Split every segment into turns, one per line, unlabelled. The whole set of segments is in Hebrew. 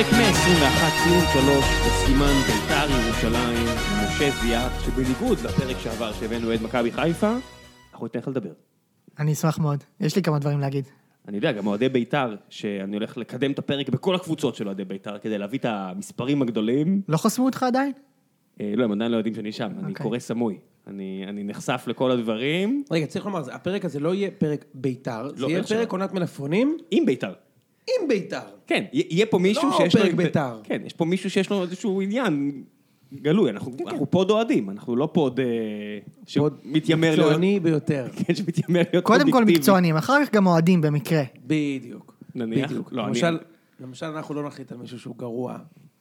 21 ציון 3 בסימן בית"ר ירושלים, משה זיאת, שבניגוד לפרק שעבר שהבאנו את מכבי חיפה, אנחנו ניתן לך לדבר.
אני אשמח מאוד, יש לי כמה דברים להגיד.
אני יודע, גם אוהדי בית"ר, שאני הולך לקדם את הפרק בכל הקבוצות של אוהדי בית"ר, כדי להביא את המספרים הגדולים.
לא חסמו אותך עדיין?
אה, לא, הם עדיין לא יודעים שאני שם, אני
אוקיי.
קורא סמוי. אני אני נחשף לכל הדברים,
רגע, צריך לומר, זה- הפרק הזה לא יהיה פרק בית"ר, זה יהיה
פרק שלנו.
פרק עונת מלפפונים
עם בית"ר.
עם בית"ר.
כן, יה- יהיה פה מישהו
לא
שיש לו...
פרק בית"ר.
כן, יש פה מישהו שיש לו איזשהו עניין גלוי, אנחנו
כן,
אנחנו פה עוד אוהדים, אנחנו לא פה עוד... אה, שמתיימר להיות...
מקצועני ביותר.
כן, שמתיימר להיות
קודם כל
אובייקטיבי.
מקצוענים, אחר כך גם אוהדים במקרה.
בדיוק.
נניח?
בדיוק.
לא, אני-
למשל, למשל, אנחנו לא נחליט על מישהו שהוא גרוע,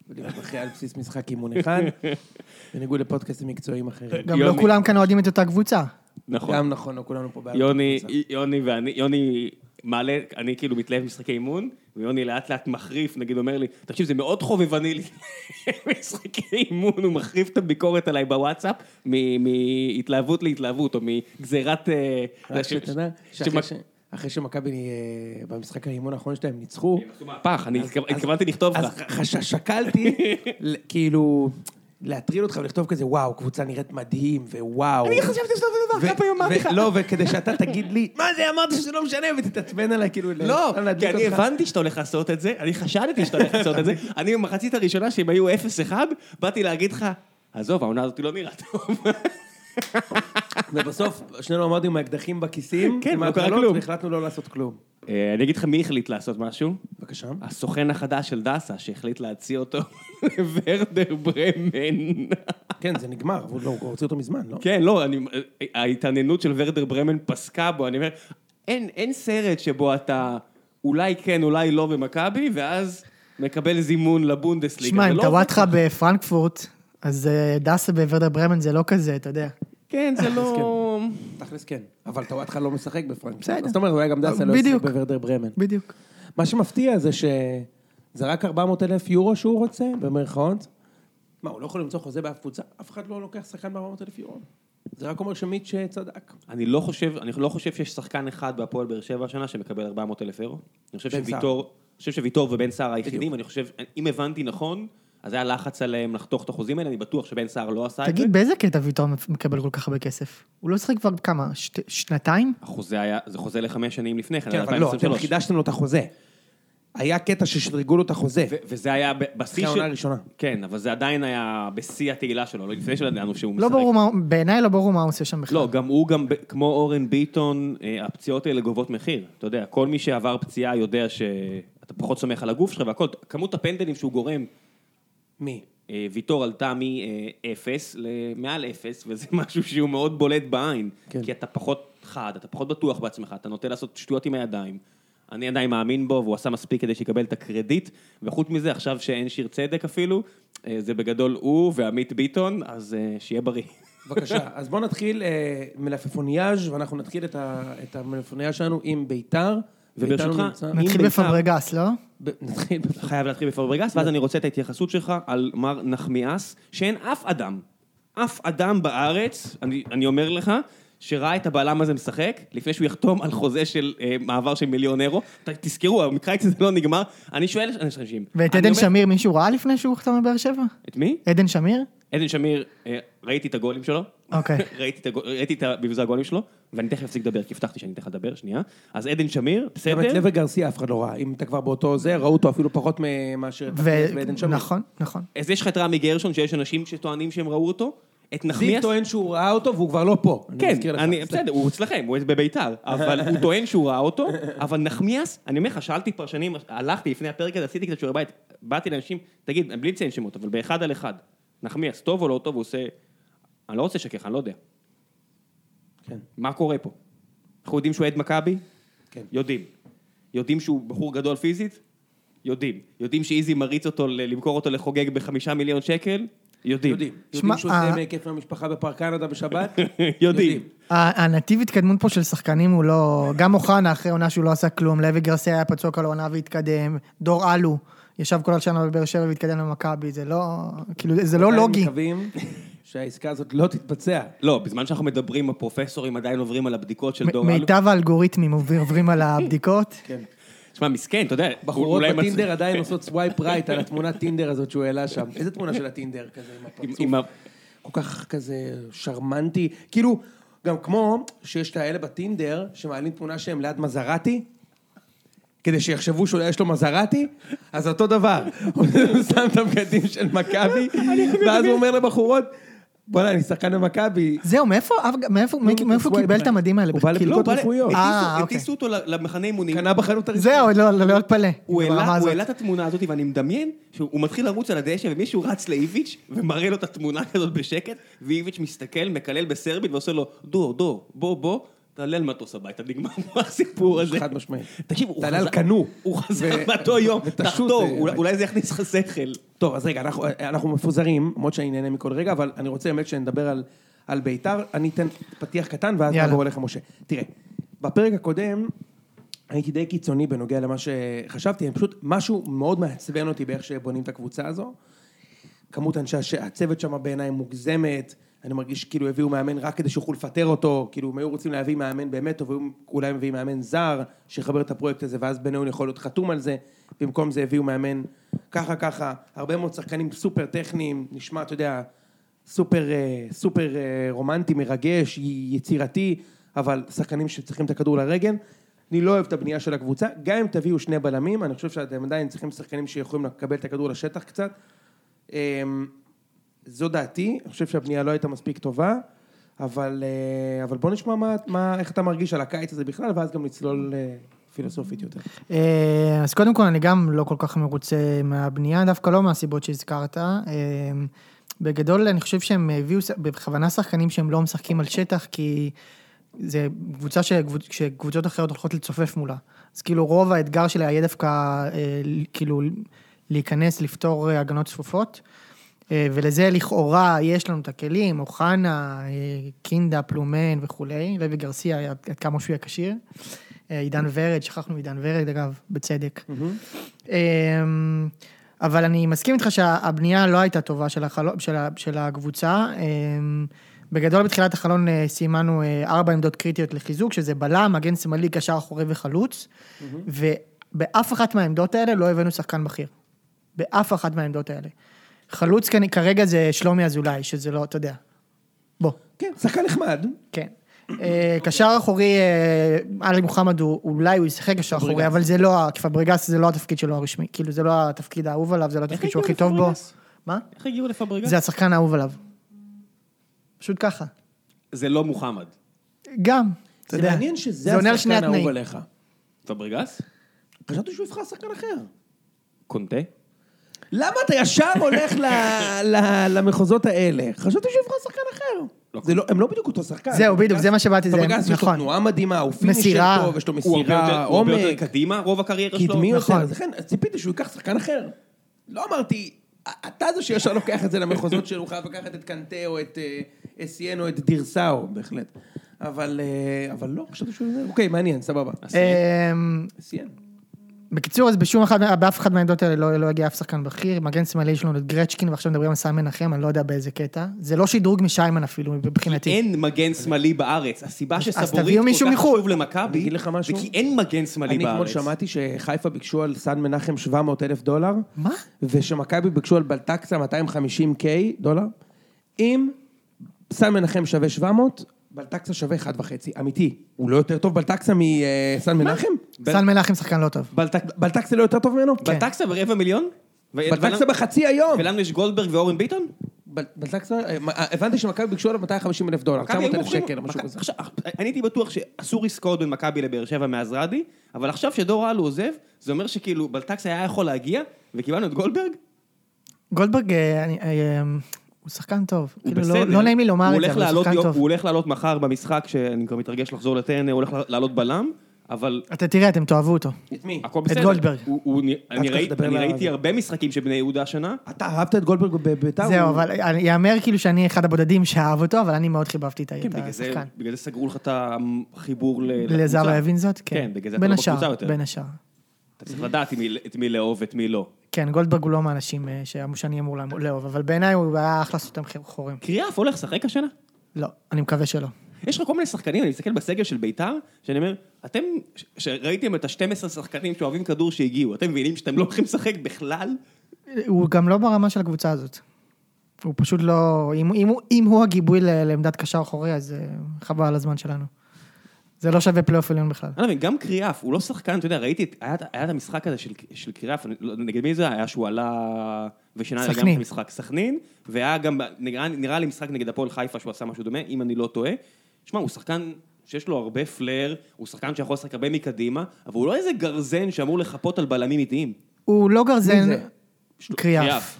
ולהתמחה על בסיס משחק אימון אחד, בניגוד לפודקאסטים מקצועיים אחרים.
גם לא
יוני.
כולם כאן אוהדים את אותה קבוצה.
נכון.
גם נכון, לא כולנו פה בעד.
יוני,
הקבוצה.
יוני ואני, יוני מעלה, אני כאילו מתלהב משחקי אימון, ויוני לאט לאט מחריף, נגיד אומר לי, תקשיב, זה מאוד חובבני לי משחקי אימון, הוא מחריף את הביקורת עליי בוואטסאפ, מ- מהתלהבות להתלהבות, או מגזירת... אה,
רק
ש-
שתדע,
ש-
שאחרי
ש-
ש- אחרי שמכבי, אה, במשחק האימון האחרון שלהם ניצחו,
הם עשו מהפך, אני התכו- התכוונתי לכתוב
אז
לך.
חש- שקלתי, ל- כאילו, להטריל אותך ולכתוב כזה, וואו, קבוצה נראית מדהים, ווואו.
אני חשבתי שזה אותו דבר,
ו-
כמה פעמים אמרתי לך.
ו- לא, וכדי שאתה תגיד לי, מה זה אמרת שזה לא משנה, ותתעצבן עליי, כאילו,
לא,
סתם להדליק
כי אני
אותך.
הבנתי שאתה הולך לעשות את זה, אני חשדתי שאתה הולך לעשות את זה. אני במחצית הראשונה, שהם היו 0-1, באתי להגיד לך, עזוב, העונה הזאת לא נראית טוב.
ובסוף, שנינו עמדנו עם האקדחים בכיסים,
כן,
עם
לא קרה
ההגרלות,
כלום.
והחלטנו לא לעשות כלום.
אה, אני אגיד לך מי החליט לעשות משהו.
בבקשה.
הסוכן החדש של דסה, שהחליט להציע אותו לוורדר ברמן.
כן, זה נגמר, הוא לא, הוא הוציא אותו מזמן, לא?
כן, לא, אני, ההתעניינות של ורדר ברמן פסקה בו, אני אומר, אין, אין סרט שבו אתה אולי כן, אולי לא במכבי, ואז מקבל זימון לבונדסליגה.
שמע,
זה
אם
לא עובד
טוואטחה בפרנקפורט, אז אה, דסה בוורדר ברמן זה לא כזה, אתה יודע.
כן, זה לא...
תכלס כן. אבל טוואטחה לא משחק בפרנק.
בסדר.
זאת אומרת, אולי גם דסה לא ישחק
בדיוק.
בוורדר ברמן.
בדיוק.
מה שמפתיע זה שזה רק 400 אלף יורו שהוא רוצה, במרכאות. מה, הוא לא יכול למצוא חוזה באף קבוצה? אף אחד לא לוקח שחקן ב-400 אלף יורו. זה רק אומר שמיץ' צדק.
אני לא חושב, אני לא חושב שיש שחקן אחד בהפועל באר שבע השנה שמקבל 400 אלף אירו. אני חושב
בן סער.
שוויטור, אני חושב שוויטור ובן סער היחידים,
בדיוק.
אני חושב, אם הבנתי נכון, אז היה לחץ עליהם לחתוך את החוזים האלה, אני בטוח שבן סער לא עשה את זה.
תגיד, באיזה קטע ויטור מקבל כל כך הרבה כסף? הוא לא שיחק כבר כמה, שת- שנתיים?
החוזה היה, זה חוזה לחמש שנים לפני כן,
כן,
עד
אבל לא, אתם
2023.
חידשתם לו את החוזה. היה קטע ששדרגו לו את החוזה.
ו- וזה היה ב- בשיא
אחרי העונה הראשונה.
כן, אבל זה עדיין היה בשיא התהילה שלו, לא לפני שידענו שהוא
לא
משחק.
ברור מה, בעיניי לא ברור מה הוא עושה שם בכלל.
לא, גם הוא, גם ב- כמו אורן ביטון, אה, הפציעות האלה גובות מחיר. אתה יודע, כל מי שעבר פציעה יודע שאתה פחות סומך על הגוף שלך והכל. כמות הפנדלים שהוא גורם
מי?
אה, ויטור עלתה מאפס למעל אפס, וזה משהו שהוא מאוד בולט בעין.
כן.
כי אתה פחות חד, אתה פחות בטוח בעצמך, אתה נוטה לעשות שטויות עם הידיים. אני עדיין מאמין בו, והוא עשה מספיק כדי שיקבל את הקרדיט, וחוץ מזה, עכשיו שאין שיר צדק אפילו, אה, זה בגדול הוא ועמית ביטון, אז אה, שיהיה בריא.
בבקשה. אז בואו נתחיל אה, מלפפונייאז' ואנחנו נתחיל את ה- את המלפפונייאז' שלנו עם ביתר.
וברשותך,
ביתר נמצא-
אם
נתחיל
בית"ר-
בפברגס, לא?
ב- נתחיל בפ-
חייב להתחיל בפברגס, ואז אני רוצה את ההתייחסות שלך על מר נחמיאס, שאין אף אדם, אף אדם בארץ, אני, אני אומר לך, שראה את הבלם הזה משחק, לפני שהוא יחתום על חוזה של אה, מעבר של מיליון אירו. ת, תזכרו, המקרה כזה לא נגמר. אני שואל אנשים...
ואת
אני
עדן
אומר-
שמיר מישהו ראה לפני שהוא חתם בבאר שבע?
את מי?
עדן שמיר?
עדן שמיר, אה, ראיתי את הגולים שלו.
אוקיי.
ראיתי את הגול- ראיתי את מבזר הגולים שלו, ואני תכף אפסיק לדבר, כי הבטחתי שאני אתן לך לדבר, שנייה. אז עדן שמיר,
גם את
בסדר?
לבר גרסיה אף אחד לא ראה. אם אתה כבר באותו זה, ראו אותו אפילו פחות מ- מאשר את
ו-
ועדן שמיר.
נכון, נכון.
אז יש לך את רמי גרשון, שיש אנשים שטוענים שהם ראו אותו. את
זיו
נחמיאס...
טוען שהוא ראה אותו והוא כבר לא פה. אני מזכיר
כן,
לך.
אני, בסדר, הוא אצלכם, הוא בביתר, אבל הוא טוען שהוא ראה אותו, אבל נחמיאס, אני אומר לך, שאלתי פרשנים, הלכתי לפני הפרק הזה, עשיתי קצת שיעורי בית, באתי לאנשים, תגיד, בלי לציין שמות, אבל באחד על אחד, נחמיאס, טוב או לא טוב, הוא עושה, אני לא רוצה לשקר לך, אני לא יודע.
כן.
מה קורה פה? אנחנו יודעים שהוא אוהד מכבי?
כן.
יודעים. יודעים שהוא בחור גדול פיזית? יודעים. יודעים שאיזי מריץ אותו, ל- למכור אותו לחוגג בחמישה מיליון שקל? יודעים.
יודעים.
שמע,
יודעים שהוא עושה
אה.
מהיקף מהמשפחה בפארק קנדה בשבת?
יודעים.
ה- הנתיב התקדמות פה של שחקנים הוא לא... גם אוחנה אחרי עונה שהוא לא עשה כלום, לוי גרסיה היה פצוע כל העונה והתקדם, דור אלו ישב כל השנה בבאר שבע והתקדם למכבי, זה לא... כאילו, זה לא
עדיין
לוגי.
מקווים שהעסקה הזאת לא תתבצע.
לא, בזמן שאנחנו מדברים, הפרופסורים עדיין עוברים על הבדיקות של
מ-
דור אלו.
מיטב האלגוריתמים עובר- עוברים על הבדיקות.
כן.
שמע, מסכן, אתה יודע,
בחורות
אולי כן, מצ-
בטינדר עדיין עושות סווייפ רייט על התמונת טינדר הזאת שהוא העלה שם. איזה תמונה של הטינדר כזה עם
עם-
הפרצוף?
עם ה-
כל כך כזה שרמנטי. כאילו, גם כמו שיש את האלה בטינדר, שמעלים תמונה שהם ליד מזרטי, כדי שיחשבו שאולי יש לו מזרטי, אז אותו דבר. הוא שם את הבגדים של מכבי, ואז הוא אומר לבחורות, בוא'נה, אני שחקן במכבי.
זהו, מאיפה, אב- מאיפה,
לא,
מאיפה מאיפה הוא קיבל את המדים האלה?
הוא בא
כאילו-
לבדיקות
בא ל-
רפואיות.
הטיסו-
אה, אוקיי.
הטיסו אותו ל- למחנה אימונים.
קנה בחנות הראשונה.
זהו, לא, לא לא אתפלא.
הוא
ברמה
העלה, הוא
הזאת.
העלה את התמונה הזאת, ואני מדמיין שהוא מתחיל לרוץ על הדשא, ומישהו רץ לאיביץ' ומראה לו את התמונה כזאת בשקט, ואיביץ' מסתכל, מקלל בסרבית ועושה לו, דור, דור, בוא, בוא, תעלה על מטוס הביתה, נגמר פה הסיפור הזה.
חד משמעית.
תקשיב, הוא
תעלה על
חזר-
כנו.
הוא חזר
ו-
באותו יום,
ותשוט,
תחתור,
אה,
אולי- אולי זה יכניס לך שכל.
טוב, אז רגע, אנחנו, אנחנו מפוזרים, למרות שאני נהנה מכל רגע, אבל אני רוצה באמת שנדבר על, על ביתר. אני אתן פתיח קטן, ואז
יאללה.
נעבור אליך, משה. תראה, בפרק הקודם הייתי די קיצוני בנוגע למה שחשבתי, אני פשוט, משהו מאוד מעצבן אותי באיך שבונים את הקבוצה הזו. כמות אנשי הש... הצוות שם בעיניי מוגזמת, אני מרגיש כאילו הביאו מאמן רק כדי שיוכלו לפטר אותו, כאילו הם היו רוצים להביא מאמן באמת טוב, היו אולי מביאים מאמן זר, שיחבר את הפרויקט הזה, ואז בניון יכול להיות חתום על זה, במקום זה הביאו מאמן ככה ככה, הרבה מאוד שחקנים סופר טכניים, נשמע, אתה יודע, סופר, אה, סופר אה, רומנטי, מרגש, י- יצירתי, אבל שחקנים שצריכים את הכדור לרגל. אני לא אוהב את הבנייה של הקבוצה, גם אם תביאו שני בלמים, אני חושב שאתם עדיין צריכים שחקנים שיכולים לקבל את הכדור לשטח קצת. אמ, זו דעתי, אני חושב שהבנייה לא הייתה מספיק טובה, אבל, אה, אבל בוא נשמע מה, מה, איך אתה מרגיש על הקיץ הזה בכלל, ואז גם נצלול אה, פילוסופית יותר.
אה, אז קודם כל, אני גם לא כל כך מרוצה מהבנייה, דווקא לא מהסיבות שהזכרת. אה, בגדול, אני חושב שהם הביאו ש- בכוונה שחקנים שהם לא משחקים על שטח, כי זה קבוצה שקבוצ- שקבוצות אחרות הולכות לצופף מולה. אז כאילו, רוב האתגר שלה יהיה דווקא, אה, כאילו, להיכנס, לפתור אה, הגנות צפופות. אה, ולזה לכאורה יש לנו את הכלים, אוחנה, אה, קינדה, פלומן וכולי, לוי גרסיה, עד עד כמה שהוא יהיה כשיר. אה, עידן ורד, שכחנו עידן ורד, אגב, בצדק. אמ, אבל אני מסכים איתך שהבנייה לא הייתה טובה של, החלום, של, ה- של הקבוצה. אמ, בגדול בתחילת החלון אה, סימנו אה, ארבע עמדות קריטיות לחיזוק, שזה בלם, מגן שמאלי, קשר אחורי וחלוץ, ובאף אחת מהעמדות האלה לא הבאנו שחקן בכיר. באף אחת מהעמדות האלה. חלוץ כנ- כרגע זה שלומי אזולאי, שזה לא, אתה יודע. בוא.
כן, שחקן נחמד.
כן. אה, קשר אחורי, אה, עלי מוחמד הוא, אולי הוא ישחק קשר אחורי, אבל זה לא, ה- כי פבריגס זה לא התפקיד שלו הרשמי, כאילו זה לא התפקיד האהוב עליו, זה לא התפקיד שהוא הכי
הגיעו
טוב בו.
לפבריגס?
מה?
איך הגיעו לפברגס?
זה השחקן האהוב עליו. פשוט ככה.
זה לא מוחמד.
גם, אתה
זה
יודע.
מעניין שזה
זה עונה על שני
השחקן האהוב
התנאים.
עליך.
פברגס?
חשבתי שהוא יבחר שחקן אחר.
קונטה?
למה אתה ישר הולך ל, ל, למחוזות האלה? חשבתי שהוא יבחר שחקן אחר.
לא.
זה לא, הם לא בדיוק אותו שחקן.
זהו, בדיוק, זה מה שבאתי, זה-
פברגס יש לו
נכון.
תנועה מדהימה, הוא פינישר
מסירה.
טוב, יש לו
הוא הרבה יותר-
מסירה,
הוא הרבה יותר
עומק.
קדימה, רוב הקריירה שלו.
קדמי יותר,
נכון.
אז לכן ציפיתי שהוא ייקח שחקן אחר. לא אמרתי, אתה זה שישר לוקח את זה למחוזות שלו, הוא חייב לקחת את קנטה או את אה, אסיאן או את דירסאו, בהחלט. אבל אה, אבל לא, חשבתי שהוא... אוקיי, מעניין, סבבה.
אמ,
אסיאן.
בקיצור, אז בשום אחת, באף אחת מהעמדות האלה לא, לא הגיע אף שחקן בכיר. מגן שמאלי יש לנו את גרצ'קין, ועכשיו מדברים על סן מנחם, אני לא יודע באיזה קטע. זה לא שדרוג משיימן אפילו, מבחינתי.
אין מגן שמאלי בארץ. הסיבה שסבורית
תביאו מישהו
כל כך
מחו"ל.
חשוב למכבי,
אני אגיד לך משהו.
זה כי אין מגן שמאלי
אני אתמול
בארץ.
שמעתי שחיפה ביקשו על סן מנחם 700 אלף דולר.
מה?
ושמכבי ביקשו על בלטקסה 250K דולר. אם סן מנחם שווה 700, בלטקסה שווה 1.5, אמיתי. הוא לא יותר טוב בלטקסה מסן מנחם?
סן מנחם שחקן לא טוב.
בלטק- בלטקסה לא יותר טוב ממנו?
כן.
בטקסה ברבע מיליון? ו-
בלטקסה
ולנו-
בחצי היום.
ולנו יש גולדברג ואורן ביטון?
בל- בלטקסה, אה, מה, אה, הבנתי שמכבי ביקשו עליו 250 אלף דולר,
מכבי היו
900 אלף
מוכרים-
שקל, או משהו
מכ-
כזה.
עכשיו, אני הייתי בטוח שאסור עסקאות בין מכבי לבאר שבע מעזרדי, אבל עכשיו שדור אלו עוזב, זה אומר שכאילו בלטקסה היה יכול להגיע, וקיבלנו את גולדברג?
גולדברג, אה, אני- אה, הוא שחקן טוב.
הוא
כאילו, לא-
בסדר.
לא נעים לי
הוא
לומר את
הולך
זה, אבל הוא
לעלות
שחקן
יום- הוא
טוב.
הולך לעלות מחר במשחק, שאני כבר מתרגש לחזור לטרנר, הוא הולך לעלות בלם, אבל
אתה תראה, אתם תאהבו אותו.
את מי?
הכל בסדר.
גולדברג.
הוא- הוא נ- אני
צריך
ראי-
לדבר
אני
על-
ראיתי הרבה משחקים של בני יהודה השנה.
אתה אהבת את גולדברג בביתר?
זהו,
הוא-
אבל אני- יאמר כאילו שאני אחד הבודדים שאהב אותו, אבל אני מאוד חיבבתי את ה-
כן,
את
בגלל זה-
השחקן.
בגלל זה סגרו לך את החיבור ל- לקבוצה.
לזר הבין זאת?
כן, בגלל זה אתה
בין
לא
השאר,
בקבוצה יותר.
בין השאר.
אתה צריך לדעת את מי- את מי לאהוב, את מי לא.
כן, גולדברג הוא לא מהאנשים אה, שאמרו שאני אמור לאהוב, אבל בעיניי הוא היה אחלה סותם חורים.
קריאף הולך לשחק השנה?
לא, אני מקווה שלא.
יש לך כל מיני שחקנים, אני מסתכל בסגל של ביתר, שאני אומר, אתם, ש- שראיתם את ה-12 שחקנים שאוהבים כדור שהגיעו, אתם מבינים שאתם לא הולכים לשחק בכלל?
הוא גם לא ברמה של הקבוצה הזאת. הוא פשוט לא... אם, אם, הוא- אם הוא הגיבוי ל- לעמדת קשר אחורי, אז אה, חבל על הזמן שלנו. זה לא שווה פלייאוף עליון בכלל.
אני לא מבין, גם קריאף, הוא לא שחקן, אתה יודע, ראיתי, את- היה את- היה את המשחק הזה של- של קריאף, אני לא- נגד מי זה היה? שהוא עלה ושינה לגמרי
סכנין.
את המשחק. סכנין, והיה גם, ב- נראה- נראה לי משחק נגד הפועל חיפה שהוא עשה משהו דומה, אם אני לא טועה. שמע, הוא שחקן שיש לו הרבה פלר, הוא שחקן שיכול לשחק הרבה מקדימה, אבל הוא לא איזה גרזן שאמור לחפות על בלמים איטיים.
הוא לא גרזן
זה?
קריאף.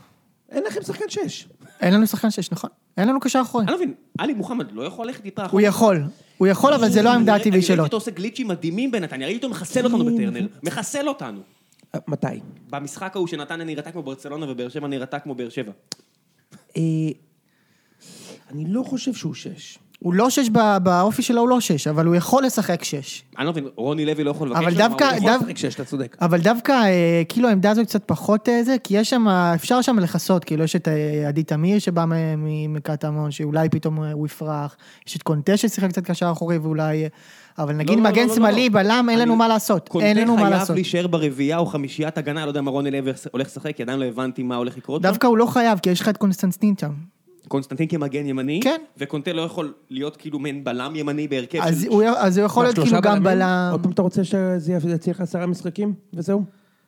אין לכם שחקן שש.
אין לנו שחקן שש, נכון? אין לנו קשר אחורי.
אני לא מבין, עלי מוחמד לא יכול ללכת איתה
הוא יכול. הוא יכול, אבל זה לא העמדה
אני
הטבעית
ראיתי
שלו. כן,
אותו עושה גליצ'ים מדהימים בנתניה, ראיתי אותו מחסל אותנו בטרנר, מחסל אותנו.
אה, מתי?
במשחק ההוא שנתניה נראתה כמו ברצלונה ובאר שבע נראתה כמו באר שבע.
אה, אני לא חושב שהוא שש.
הוא לא שש ב- באופי שלו, הוא לא שש, אבל הוא יכול לשחק שש.
אני לא מבין, רוני לוי לא יכול לבקש
אבל
שם, מה,
דווקא-
הוא יכול-
דו-
פרק שש, אתה צודק.
אבל דווקא, אה, כאילו, העמדה הזו קצת פחות אה, זה, כי יש שם, אפשר שם לכסות, כאילו, יש את אה, עדי תמיר שבא מ- מ- מקטמון, שאולי פתאום אה, הוא יפרח, יש את קונטה ששיחק קצת קשר אחורי ואולי... אה, אבל נגיד
לא, לא,
מגן
לא, לא,
שמאלי,
לא.
בלם, אין לנו
אני-
מה לעשות.
קונטה
אין לנו מה
חייב
לעשות.
להישאר ברביעייה או חמישיית הגנה, לא יודע מה רוני לוי הולך לשחק, כי עדיין לא הבנתי מה הולך לקרות.
דווקא הוא לא חייב, כי יש לך את קונסטנטין שם.
שם. קונסטנטין כמגן ימני,
כן.
וקונטה לא יכול להיות כאילו מעין בלם ימני בהרכב
אז
כן, של...
הוא- אז הוא יכול
מה,
להיות
שלושה
כאילו גם
בלמים?
בלם.
עוד
אוקיי.
פעם אתה רוצה שזה יצליח עשרה משחקים, וזהו?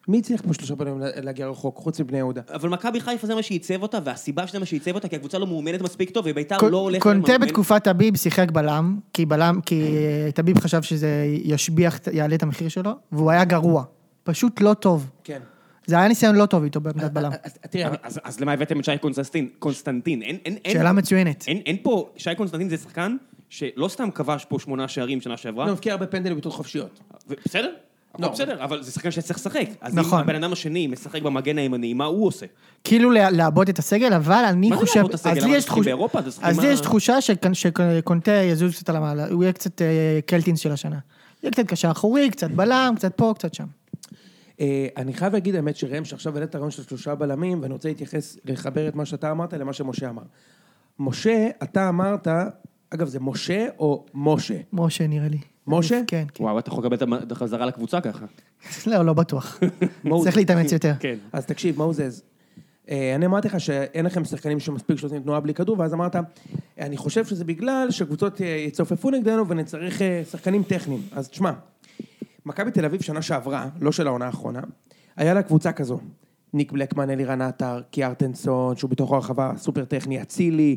מי הצליח פה שלושה בלמים לה- להגיע רחוק, חוץ מבני יהודה?
אבל מכבי חיפה זה מה שעיצב אותה, והסיבה שזה מה שעיצב אותה, כי הקבוצה לא מאומנת מספיק טוב, וביתר
קו-
לא הולך...
קונטה
למאמן.
בתקופת טביב שיחק בלם, כי בלם, כי אה, טביב חשב שזה ישביח, יעלה את המחיר שלו, והוא היה גרוע. פשוט לא טוב.
כן.
זה היה ניסיון לא טוב איתו בעמדת בלם.
אה, תראה,
אבל אז, אז למה הבאתם את שי קונסטנטין? קונסטנטין, אין... אין אין-
שאלה מצוינת.
אין, אין פה... שי קונסטנטין זה שחקן שלא סתם כבש פה שמונה שערים שנה שעברה.
הוא מבקיע הרבה פנדלים בתור חופשיות.
ו- בסדר?
לא.
לא, בסדר, אבל זה שחקן שצריך לשחק. אז
נכון.
אם הבן אדם השני משחק במגן הימני, מה הוא עושה?
כאילו לה- לעבות את הסגל, אבל אני
מה זה
חושב...
לעבות את הסגל?
אז לי
אבל
יש
זה
תחוש-
באירופה, זה
אז לי
שחקים
יש
ה-
תחושה שק- שקונטה יזוז קצת על המעלה, הוא יהיה קצת אה, קלטינס של השנה. יהיה קצת קשר אחורי, קצת בלם, קצת פה, קצת שם.
אה, אני חייב להגיד, האמת, שראם, שעכשיו העלית את הרעיון של שלושה בלמים, ואני רוצה להתייחס, לחבר את מה שאתה אמרת למה שמשה אמר. משה, אתה אמרת, אגב, זה משה או משה?
משה נראה לי.
משה?
כן, כן.
וואו, אתה יכול לקבל את המ- את החזרה לקבוצה ככה.
לא, לא בטוח.
מה הוא-
צריך להתאמץ יותר.
כן.
אז תקשיב, מוזס, אה, אני אמרתי לך שאין לכם שחקנים שמספיק שעושים תנועה בלי כדור, ואז אמרת, אני חושב שזה בגלל שקבוצות אה, יצופפו נגדנו ונצטרך אה, שחקנים טכניים. אז תשמע, מכבי תל אביב שנה שעברה, לא של העונה האחרונה, היה לה קבוצה כזו. ניק בלקמן, אלירן עטר, קיארטנסון, שהוא בתוך הרחבה, סופר טכני, אצילי,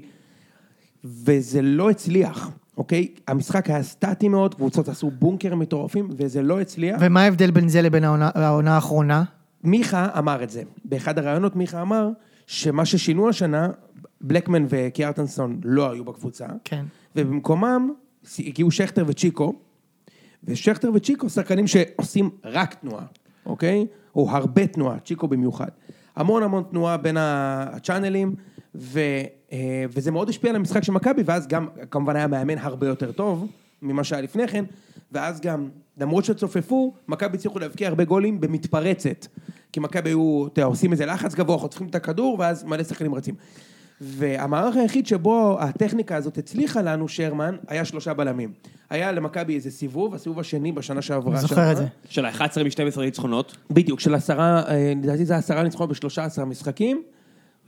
וזה לא הצליח, אוקיי? המשחק היה סטטי מאוד, קבוצות עשו בונקר מטורפים, וזה לא הצליח.
ומה ההבדל בין זה לבין העונה- העונה האחרונה?
מיכה אמר את זה. באחד הראיונות מיכה אמר שמה ששינו השנה, בלקמן וקיארטנסון לא היו בקבוצה,
כן.
ובמקומם הגיעו שכטר וצ'יקו, ושכטר וצ'יקו שחקנים שעושים רק תנועה, אוקיי? או הרבה תנועה, צ'יקו במיוחד. המון המון תנועה בין הצ'אנלים, ו, אה, וזה מאוד השפיע על המשחק של מכבי, ואז גם כמובן היה מאמן הרבה יותר טוב ממה שהיה לפני כן, ואז גם, למרות שצופפו, מכבי הצליחו להבקיע הרבה גולים במתפרצת. כי מכבי היו, אתה יודע, עושים איזה לחץ גבוה, חוטפים את הכדור, ואז מלא שחקנים רצים. והמערך היחיד שבו הטכניקה הזאת הצליחה לנו, שרמן, היה שלושה בלמים. היה למכבי איזה סיבוב, הסיבוב השני בשנה שעברה.
אני זוכר
שעברה.
את זה.
של ה-11 מ-12 ניצחונות.
בדיוק, של עשרה, אה, לדעתי זה עשרה ניצחונות בשלושה עשרה משחקים,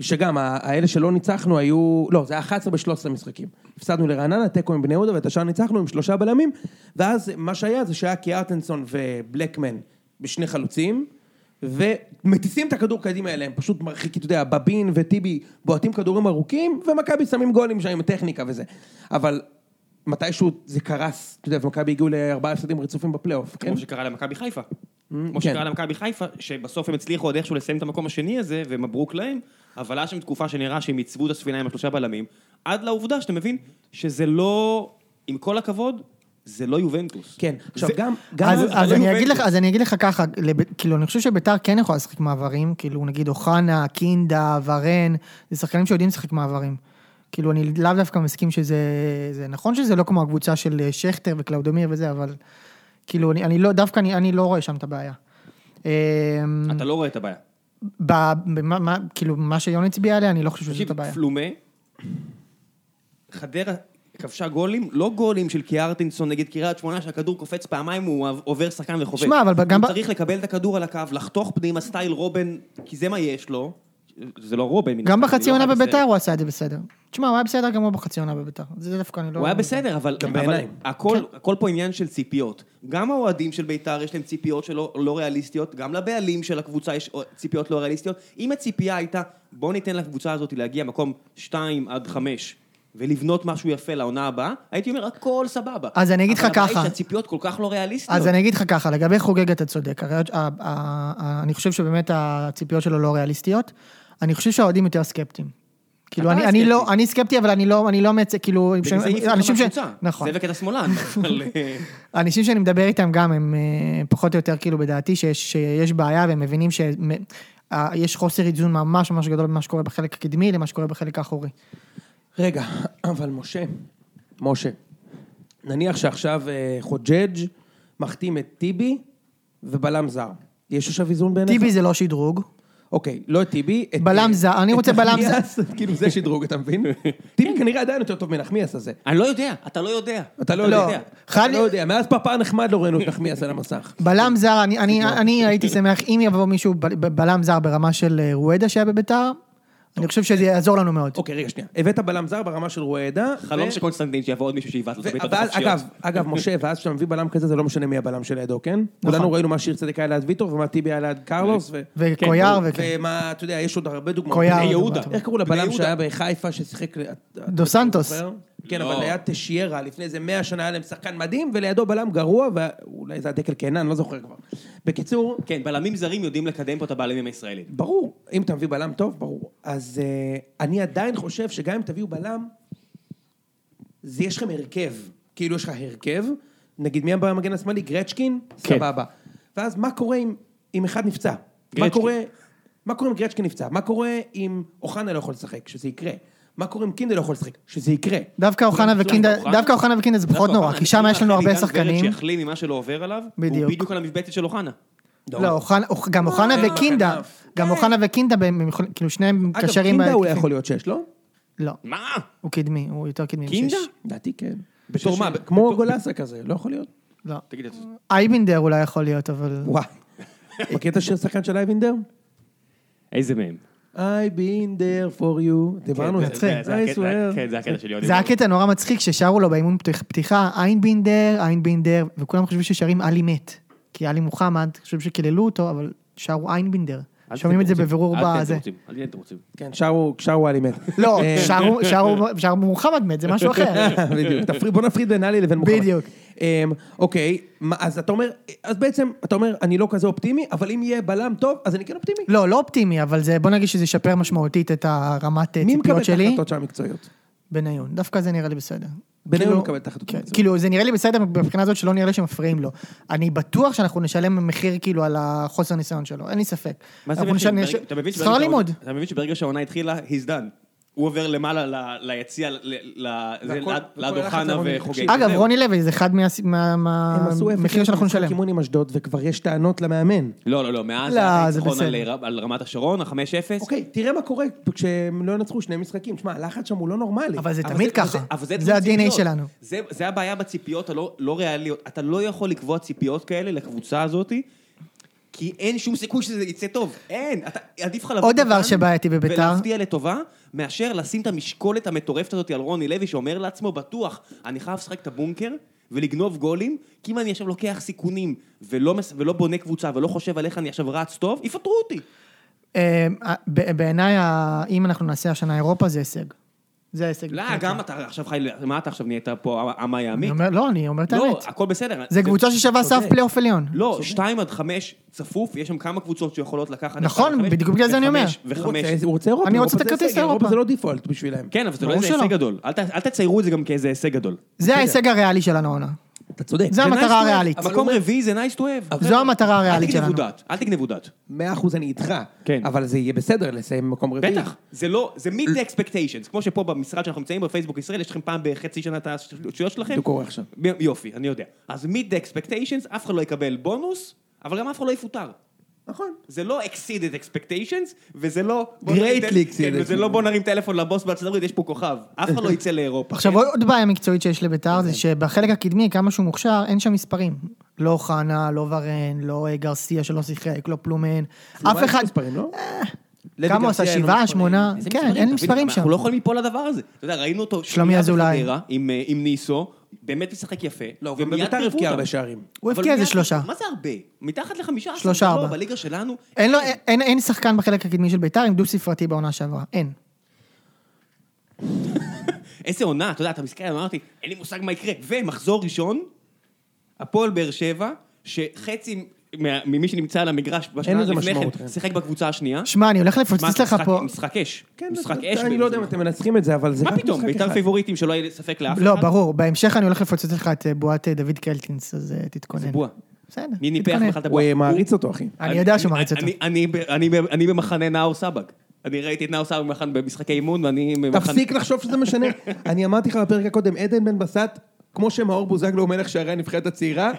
שגם ה- האלה שלא ניצחנו היו, לא, זה היה 11 בשלוש עשרה משחקים. הפסדנו לרעננה, תיקו עם בני יהודה, ואת השאר ניצחנו עם שלושה בלמים, ואז מה שהיה זה שהיה קיארטנסון ובלקמן בשני חלוצים, ומטיסים את הכדור קדימה אליהם, פשוט מרחיק, אתה יודע, בבין וטיבי בועטים כדורים ארוכים, ומכבי שמים גולים שם עם הטכניקה וזה. אבל... מתישהו זה קרס, אתה יודע, ומכבי הגיעו לארבעה הפסדים רצופים בפלייאוף, כן?
כמו שקרה למכבי חיפה.
כן.
כמו שקרה למכבי חיפה, שבסוף הם הצליחו עוד איכשהו לסיים את המקום השני הזה, ומברוק להם, אבל היה שם תקופה שנראה שהם עיצבו את הספינה עם השלושה בלמים, עד לעובדה שאתה מבין שזה לא, עם כל הכבוד, זה לא יובנטוס.
כן, עכשיו
זה-
גם... גם
אז,
זה
אז,
לא
אני
יובנטוס.
אגיד לך, אז אני אגיד לך ככה, לב, כאילו אני חושב שביתר כן יכולה לשחק מעברים, כאילו נגיד אוחנה, קינדה, ורן, זה שחקנים שיודעים לשחק מעברים. כאילו אני לאו דווקא מסכים שזה, זה נכון שזה לא כמו הקבוצה של אה, שכטר וקלאודמיר וזה, אבל כאילו אני, אני לא, דווקא אני, אני לא רואה שם את הבעיה. אה,
אתה לא רואה את הבעיה.
ב, במה, מה, כאילו מה שיוני הצביע עליה, אני לא חושב שזאת
תקשיב,
הבעיה.
פלומה, חדרה, כבשה גולים, לא גולים של קיארטינסון נגד קריית שמונה, שהכדור קופץ פעמיים, הוא עובר שחקן וחובק.
שמע, אבל גם ב-
הוא צריך לקבל את הכדור על הקו, לחתוך פנימה סטייל רובן, כי זה מה יש לו. זה לא רובן. מן
גם
הסתם, זה
בחצי
לא
עונה
אחד עשרה.
בביתר הוא עשה את זה בסדר. תשמע, הוא היה בסדר גם הוא בחצי עונה בביתר. זה דווקא אני לא... כן.
הוא היה בסדר, אבל,
גם
אבל
בעיניים.
הכל, הכל פה עניין של ציפיות. גם האוהדים של בית"ר יש להם ציפיות שלא לא ריאליסטיות, גם לבעלים של הקבוצה יש ציפיות לא ריאליסטיות. אם הציפייה הייתה, בוא ניתן לקבוצה הזאת להגיע מקום 2 עד 5 ולבנות משהו יפה לעונה הבאה, הייתי אומר, הכל סבבה.
אז אני אגיד לך
אבל הבעיה
ככה.
היא שהציפיות כל כך לא ריאליסטיות.
אז אני אגיד לך ככה, לגבי חוגג אתה צודק. הרי, ה- ה- ה- אני חושב שבאמת הציפיות שלו לא ריאליסטיות. אני חושב שהאוהדים יותר סקפטיים. כאילו,
אתה
אני, אני
סקפטי.
לא, אני סקפטי, אבל אני לא, אני לא מייצג, כאילו,
בגלל זה העיפו אותם
אנשים ש...
מהקבוצה.
נכון.
זה וקטע שמאלן. אבל, אה,
האנשים שאני מדבר איתם גם הם אה, פחות או יותר כאילו בדעתי שיש, שיש בעיה והם מבינים שיש חוסר איזון ממש ממש גדול במה שקורה בחלק הקדמי למה שקורה בחלק האחורי.
רגע, אבל משה, משה, נניח שעכשיו אה, חוג'ג' מחתים את טיבי ובלם זר. יש עכשיו איזון בעיניך?
נכון.
טיבי זה לא שדרוג,
אוקיי, לא את טיבי. את-
בלם זר, אני
את
רוצה בלם זר.
נחמיאס, כאילו זה שדרוג, אתה מבין? טיבי כנראה עדיין יותר טוב מנחמיאס הזה.
אני לא יודע, אתה לא יודע.
אתה לא
לא.
יודע.
חד-
אתה לא יודע. מאז פאפה הנחמד לא ראינו את נחמיאס על המסך.
בלם זר, אני, אני, אני הייתי שמח אם יבוא מישהו ב- ב- בלם זר ברמה של אה, רואדה שהיה בביתר, אני חושב שזה יעזור לנו מאוד.
אוקיי, רגע, שנייה. הבאת בלם זר ברמה של רועדה.
חלום
ו-
של קונסטנטין שיבוא עוד מישהו שיבעט לו את
ו-
הבעיטות
ואז- אגב,
החופשיות.
אגב, משה, ואז כשאתה מביא בלם כזה, זה לא משנה מי הבלם שלידו, כן? כולנו ראינו מה שיר צדק היה ליד ויטור, ומה טיבי היה ליד קרלוס, ו...
וקויאר
כן,
וכן.
ומה, אתה יודע, יש עוד הרבה דוגמאות.
קויאר,
בני יהודה.
דיברת.
איך קראו
בני
לבלם
יהודה.
שהיה בחיפה ששיחק... ל-
דו סנטוס.
זוכר? כן,
לא.
אבל היה תשיירה, לפני איזה 100 שנה היה להם שחקן מדהים, ולידו בלם גרוע, ואולי זה היה דקל קינן, לא זוכר כבר. בקיצור,
כן, בלמים זרים יודעים לקדם פה את הבעלים הישראלים.
ברור, אם אתה מביא בלם טוב, ברור. אז uh, אני עדיין חושב שגם אם תביאו בלם, זה יש לכם הרכב. כאילו יש לך הרכב, נגיד מי הבא במגן השמאלי? גרצ'קין?
כן.
סבבה. ואז מה קורה אם, אם אחד נפצע? מה
גרצ'קין.
קורה, מה קורה אם גרצ'קין נפצע? מה קורה אם אוחנה לא יכול לשחק? שזה יקרה. מה קורה אם קינדה לא יכול לשחק? שזה יקרה.
דווקא
אוקיי,
אוחנה
אולי
וקינדה,
אוחנה?
דווקא אוחנה וקינדה זה פחות
דווקא
נורא,
אוחנה,
כי שם
אני
יש לנו
מאחל
הרבה
לעידן ורד
שחקנים.
שיחלים ממה שלא עובר עליו, הוא
בדיוק.
בדיוק על המשבצת של אוחנה.
לא, אוחנה- אוח- גם אוחנה
לא,
וקינדה,
כנף.
גם אוחנה וקינדה, הם יכולים- כאילו שניהם
אגב,
קשרים...
קינדה הוא
בהתקפים.
יכול להיות שש, לא?
לא,
מה?
הוא קדמי, הוא יותר קדמי.
קינדה?
משש.
לדעתי כן.
בתור
בתור
מה?
מה? כמו גולסה כזה, לא יכול להיות?
לא.
תגיד את זה.
אייבינדר אולי יכול להיות, אבל...
וואי. מכיר את השיר שחקן של אייבינדר?
איזה מהם?
I've been there for
כן,
you. דיברנו על
מצחיק.
זה. I swear.
כן, זה הקטע של יוני.
זה היה קטע נורא מצחיק ששרו לו באימון פתיח- פתיחה, איינבינדר, איינבינדר, וכולם חשבו ששרים עלי מת. כי עלי מוחמד, חשבו שקיללו אותו, אבל שרו איינבינדר.
אל
שומעים את זה
תהיו
בבירור
רוצים, אל
בזה.
תהיו רוצים, אל תהיו רוצים.
כן, שרו, שרו על אמת.
לא,
אה,
שרו- שרו- שרו מוחמד מת, זה משהו אחר.
בדיוק. תפריד- בוא נפריד בין עלי לבין מוחמד.
בדיוק.
אה, אוקיי, מה- אז אתה אומר, אז בעצם, אתה אומר, אני לא כזה אופטימי, אבל אם יהיה בלם טוב, אז אני כן אופטימי.
לא, לא אופטימי, אבל זה, בוא נגיד שזה ישפר משמעותית את הרמת אה,
מי מקבל
ציפיות
את
שלי.
ההחלטות של המקצועיות?
בניון, דווקא זה נראה לי בסדר.
בניון
כאילו-
מקבל את ההחלטות
כן,
המקצועיות.
כאילו, זה נראה לי בסדר מבחינה זאת שלא נראה לי שמפריעים לו. אני בטוח שאנחנו נשלם מחיר כאילו על החוסר ניסיון שלו, אין לי ספק.
מה זה מבין?
אנחנו נשלם-
ברגע- אתה מבין שברגע
שכר
שהעונה-
לימוד.
אתה מבין שברגע שהעונה התחילה, he's done. הוא עובר למעלה ל- ליציע, ל- ל- זה
והכל-
ליד- ליד
והכל הלך
אוחנה
לרוני.
וחוגג.
תקשיב,
אגב,
זהו.
רוני לוי זה אחד מהס- מה-
הם עשו אפס
מהמחיר
אפס
אה, שאנחנו
במשחק
נשלם.
אימון עם אשדוד, וכבר יש טענות למאמן.
לא, לא, לא, מאז
לא,
היה
זה
ניצחון על
בסדר.
ר- על רמת השרון, ה-5-0.
אוקיי, תראה מה קורה כשהם לא ינצחו שני משחקים. תשמע, הלחץ שם הוא לא נורמלי.
אבל זה
אבל
תמיד
אבל
ככה.
אבל
זה
תמיד
ה-DNA
ציפיות.
שלנו.
זה, זה הבעיה בציפיות הלא לא ריאליות. אתה לא יכול לקבוע ציפיות כאלה לקבוצה הזאת, כי אין שום סיכוי שזה יצא טוב. אין. אתה, עדיף לך לבוא...
עוד דבר
לכאן
שבעייתי בביתר.
ולהפתיע לטובה, מאשר לשים את המשקולת המטורפת הזאת על רוני לוי, שאומר לעצמו, בטוח, אני חייב לשחק את הבונקר ולגנוב גולים, כי אם אני עכשיו לוקח סיכונים ולא, מס- ולא בונה קבוצה ולא חושב על איך אני עכשיו רץ טוב, יפטרו אותי.
אה, ב- בעיניי, ה- אם אנחנו נעשה השנה אירופה, זה הישג. זה ההישג.
לא,
מבחינתי.
גם אתה עכשיו חי... מה אתה עכשיו נהיית פה העם הימי?
אני אומר- לא, אני אומר את
לא,
האמת.
הכל בסדר.
זה קבוצה ששווה סף פלייאוף עליון.
לא, שתיים עד חמש צפוף, יש שם כמה קבוצות שיכולות לקחת.
נכון,
אחד עד חמש,
בדיוק בגלל זה אני אומר.
וחמש,
הוא רוצה-
וחמש.
הוא רוצה אירופה.
אני רוצה את
זה
הכרטיס
הישג,
לאירופה.
אירופה זה לא דיפולט בשבילהם.
כן, אבל זה לא
ברור
איזה
שלא.
הישג גדול. אל ת- אל תציירו את זה גם כאיזה הישג גדול.
זה ההישג הריאלי שלנו העונה.
אוקיי.
אתה צודק.
זה המטרה
nice to have.
הריאלית. אבל
מקום
הוא
רביעי זה nice to have.
זו המטרה הריאלית
אל
שלנו.
תגנבו דעת, אל תגנבו דעת.
מאה אחוז אני איתך,
כן.
אבל זה יהיה בסדר לסיים במקום רביעי.
בטח, זה לא, זה meet the expectations. כמו שפה במשרד שאנחנו נמצאים בפייסבוק ישראל, יש לכם פעם בחצי שנה את השטויות שלכם.
בדיוק קורה עכשיו.
יופי, אני יודע. אז meet the expectations, אף אחד לא יקבל בונוס, אבל גם אף אחד לא יפוטר.
נכון.
זה לא exceeded expectations, וזה לא...
Greatly exceeded
כן, וזה לא בוא נרים טלפון לבוס בארצות הברית, יש פה כוכב. אף אחד לא יצא לאירופה.
עכשיו עוד בעיה מקצועית שיש לביתר
אוקיי.
זה שבחלק הקדמי, כמה שהוא מוכשר, אין שם מספרים. לא חנה, לא ורן, לא אה, גרסיה שלא שיחק, לא פלומן. אף אחד...
מספרים, לא? לוי
כמה הוא עשה?
גרסיה אין לו
שבעה,
מספרים.
שמונה?
איזה
כן, אין
תבין,
מספרים שם.
אנחנו לא יכולים ליפול לדבר הזה. אתה יודע, ראינו אותו...
שלומי
שנייה
אזולאי.
בחדרה עם, אה, עם ניסו, באמת משחק יפה.
לא,
ומיד
וביתר
פירקו
הבקיע
אותם.
הרבה שערים.
הוא
אבל
הבקיע איזה
מיד-
שלושה.
מה זה הרבה? מתחת לחמישה עשר.
שלושה,
לא,
ארבע.
בליגה שלנו...
אין לו, אין, אין שחקן בחלק הקדמי של ביתר עם דו ספרתי בעונה שעברה, אין.
איזה עונה, אתה יודע, אתה מסתכל, אמרתי, אין לי מושג מה יקרה. ומחזור ראשון, הפועל באר שבע, שחצי מה- ממי שנמצא על המגרש בשנה
לזה
לפני
משמעות,
כן,
כן.
שיחק בקבוצה השנייה.
שמע, אני הולך
מה,
לפוצץ לך
משחק-
פה...
משחק אש.
כן,
משחק
אתה-
אש.
אני לא
בעצם.
יודע אם אתם מנצחים את זה, אבל זה רק
מה
משחק אחד.
פתאום, בית"ר פייבוריטים שלא יהיה ספק לאף אחד.
לא, ברור, בהמשך אני הולך לפוצץ לך את אה, בועת אה, דוד קלטינס, אז אה, תתכונן.
בועה.
בסדר,
מי ניפח
תתכונן.
בכלל את
הוא
הבועה?
אה, מעריץ אותו, אחי.
אני יודע שהוא מעריץ אותו.
אני- אני- אני- אני- אני במחנה נאור סבג. אני ראיתי את נאור סבג במחנה- במשחקי אימון, ואני... במחנה-
תפסיק לחשוב שזה משנה. אני אמרתי לך בפרק הקודם, עדן בן בסט, כמו שמאור בוזגלו הוא מלך שערי הנבחרת הצעירה,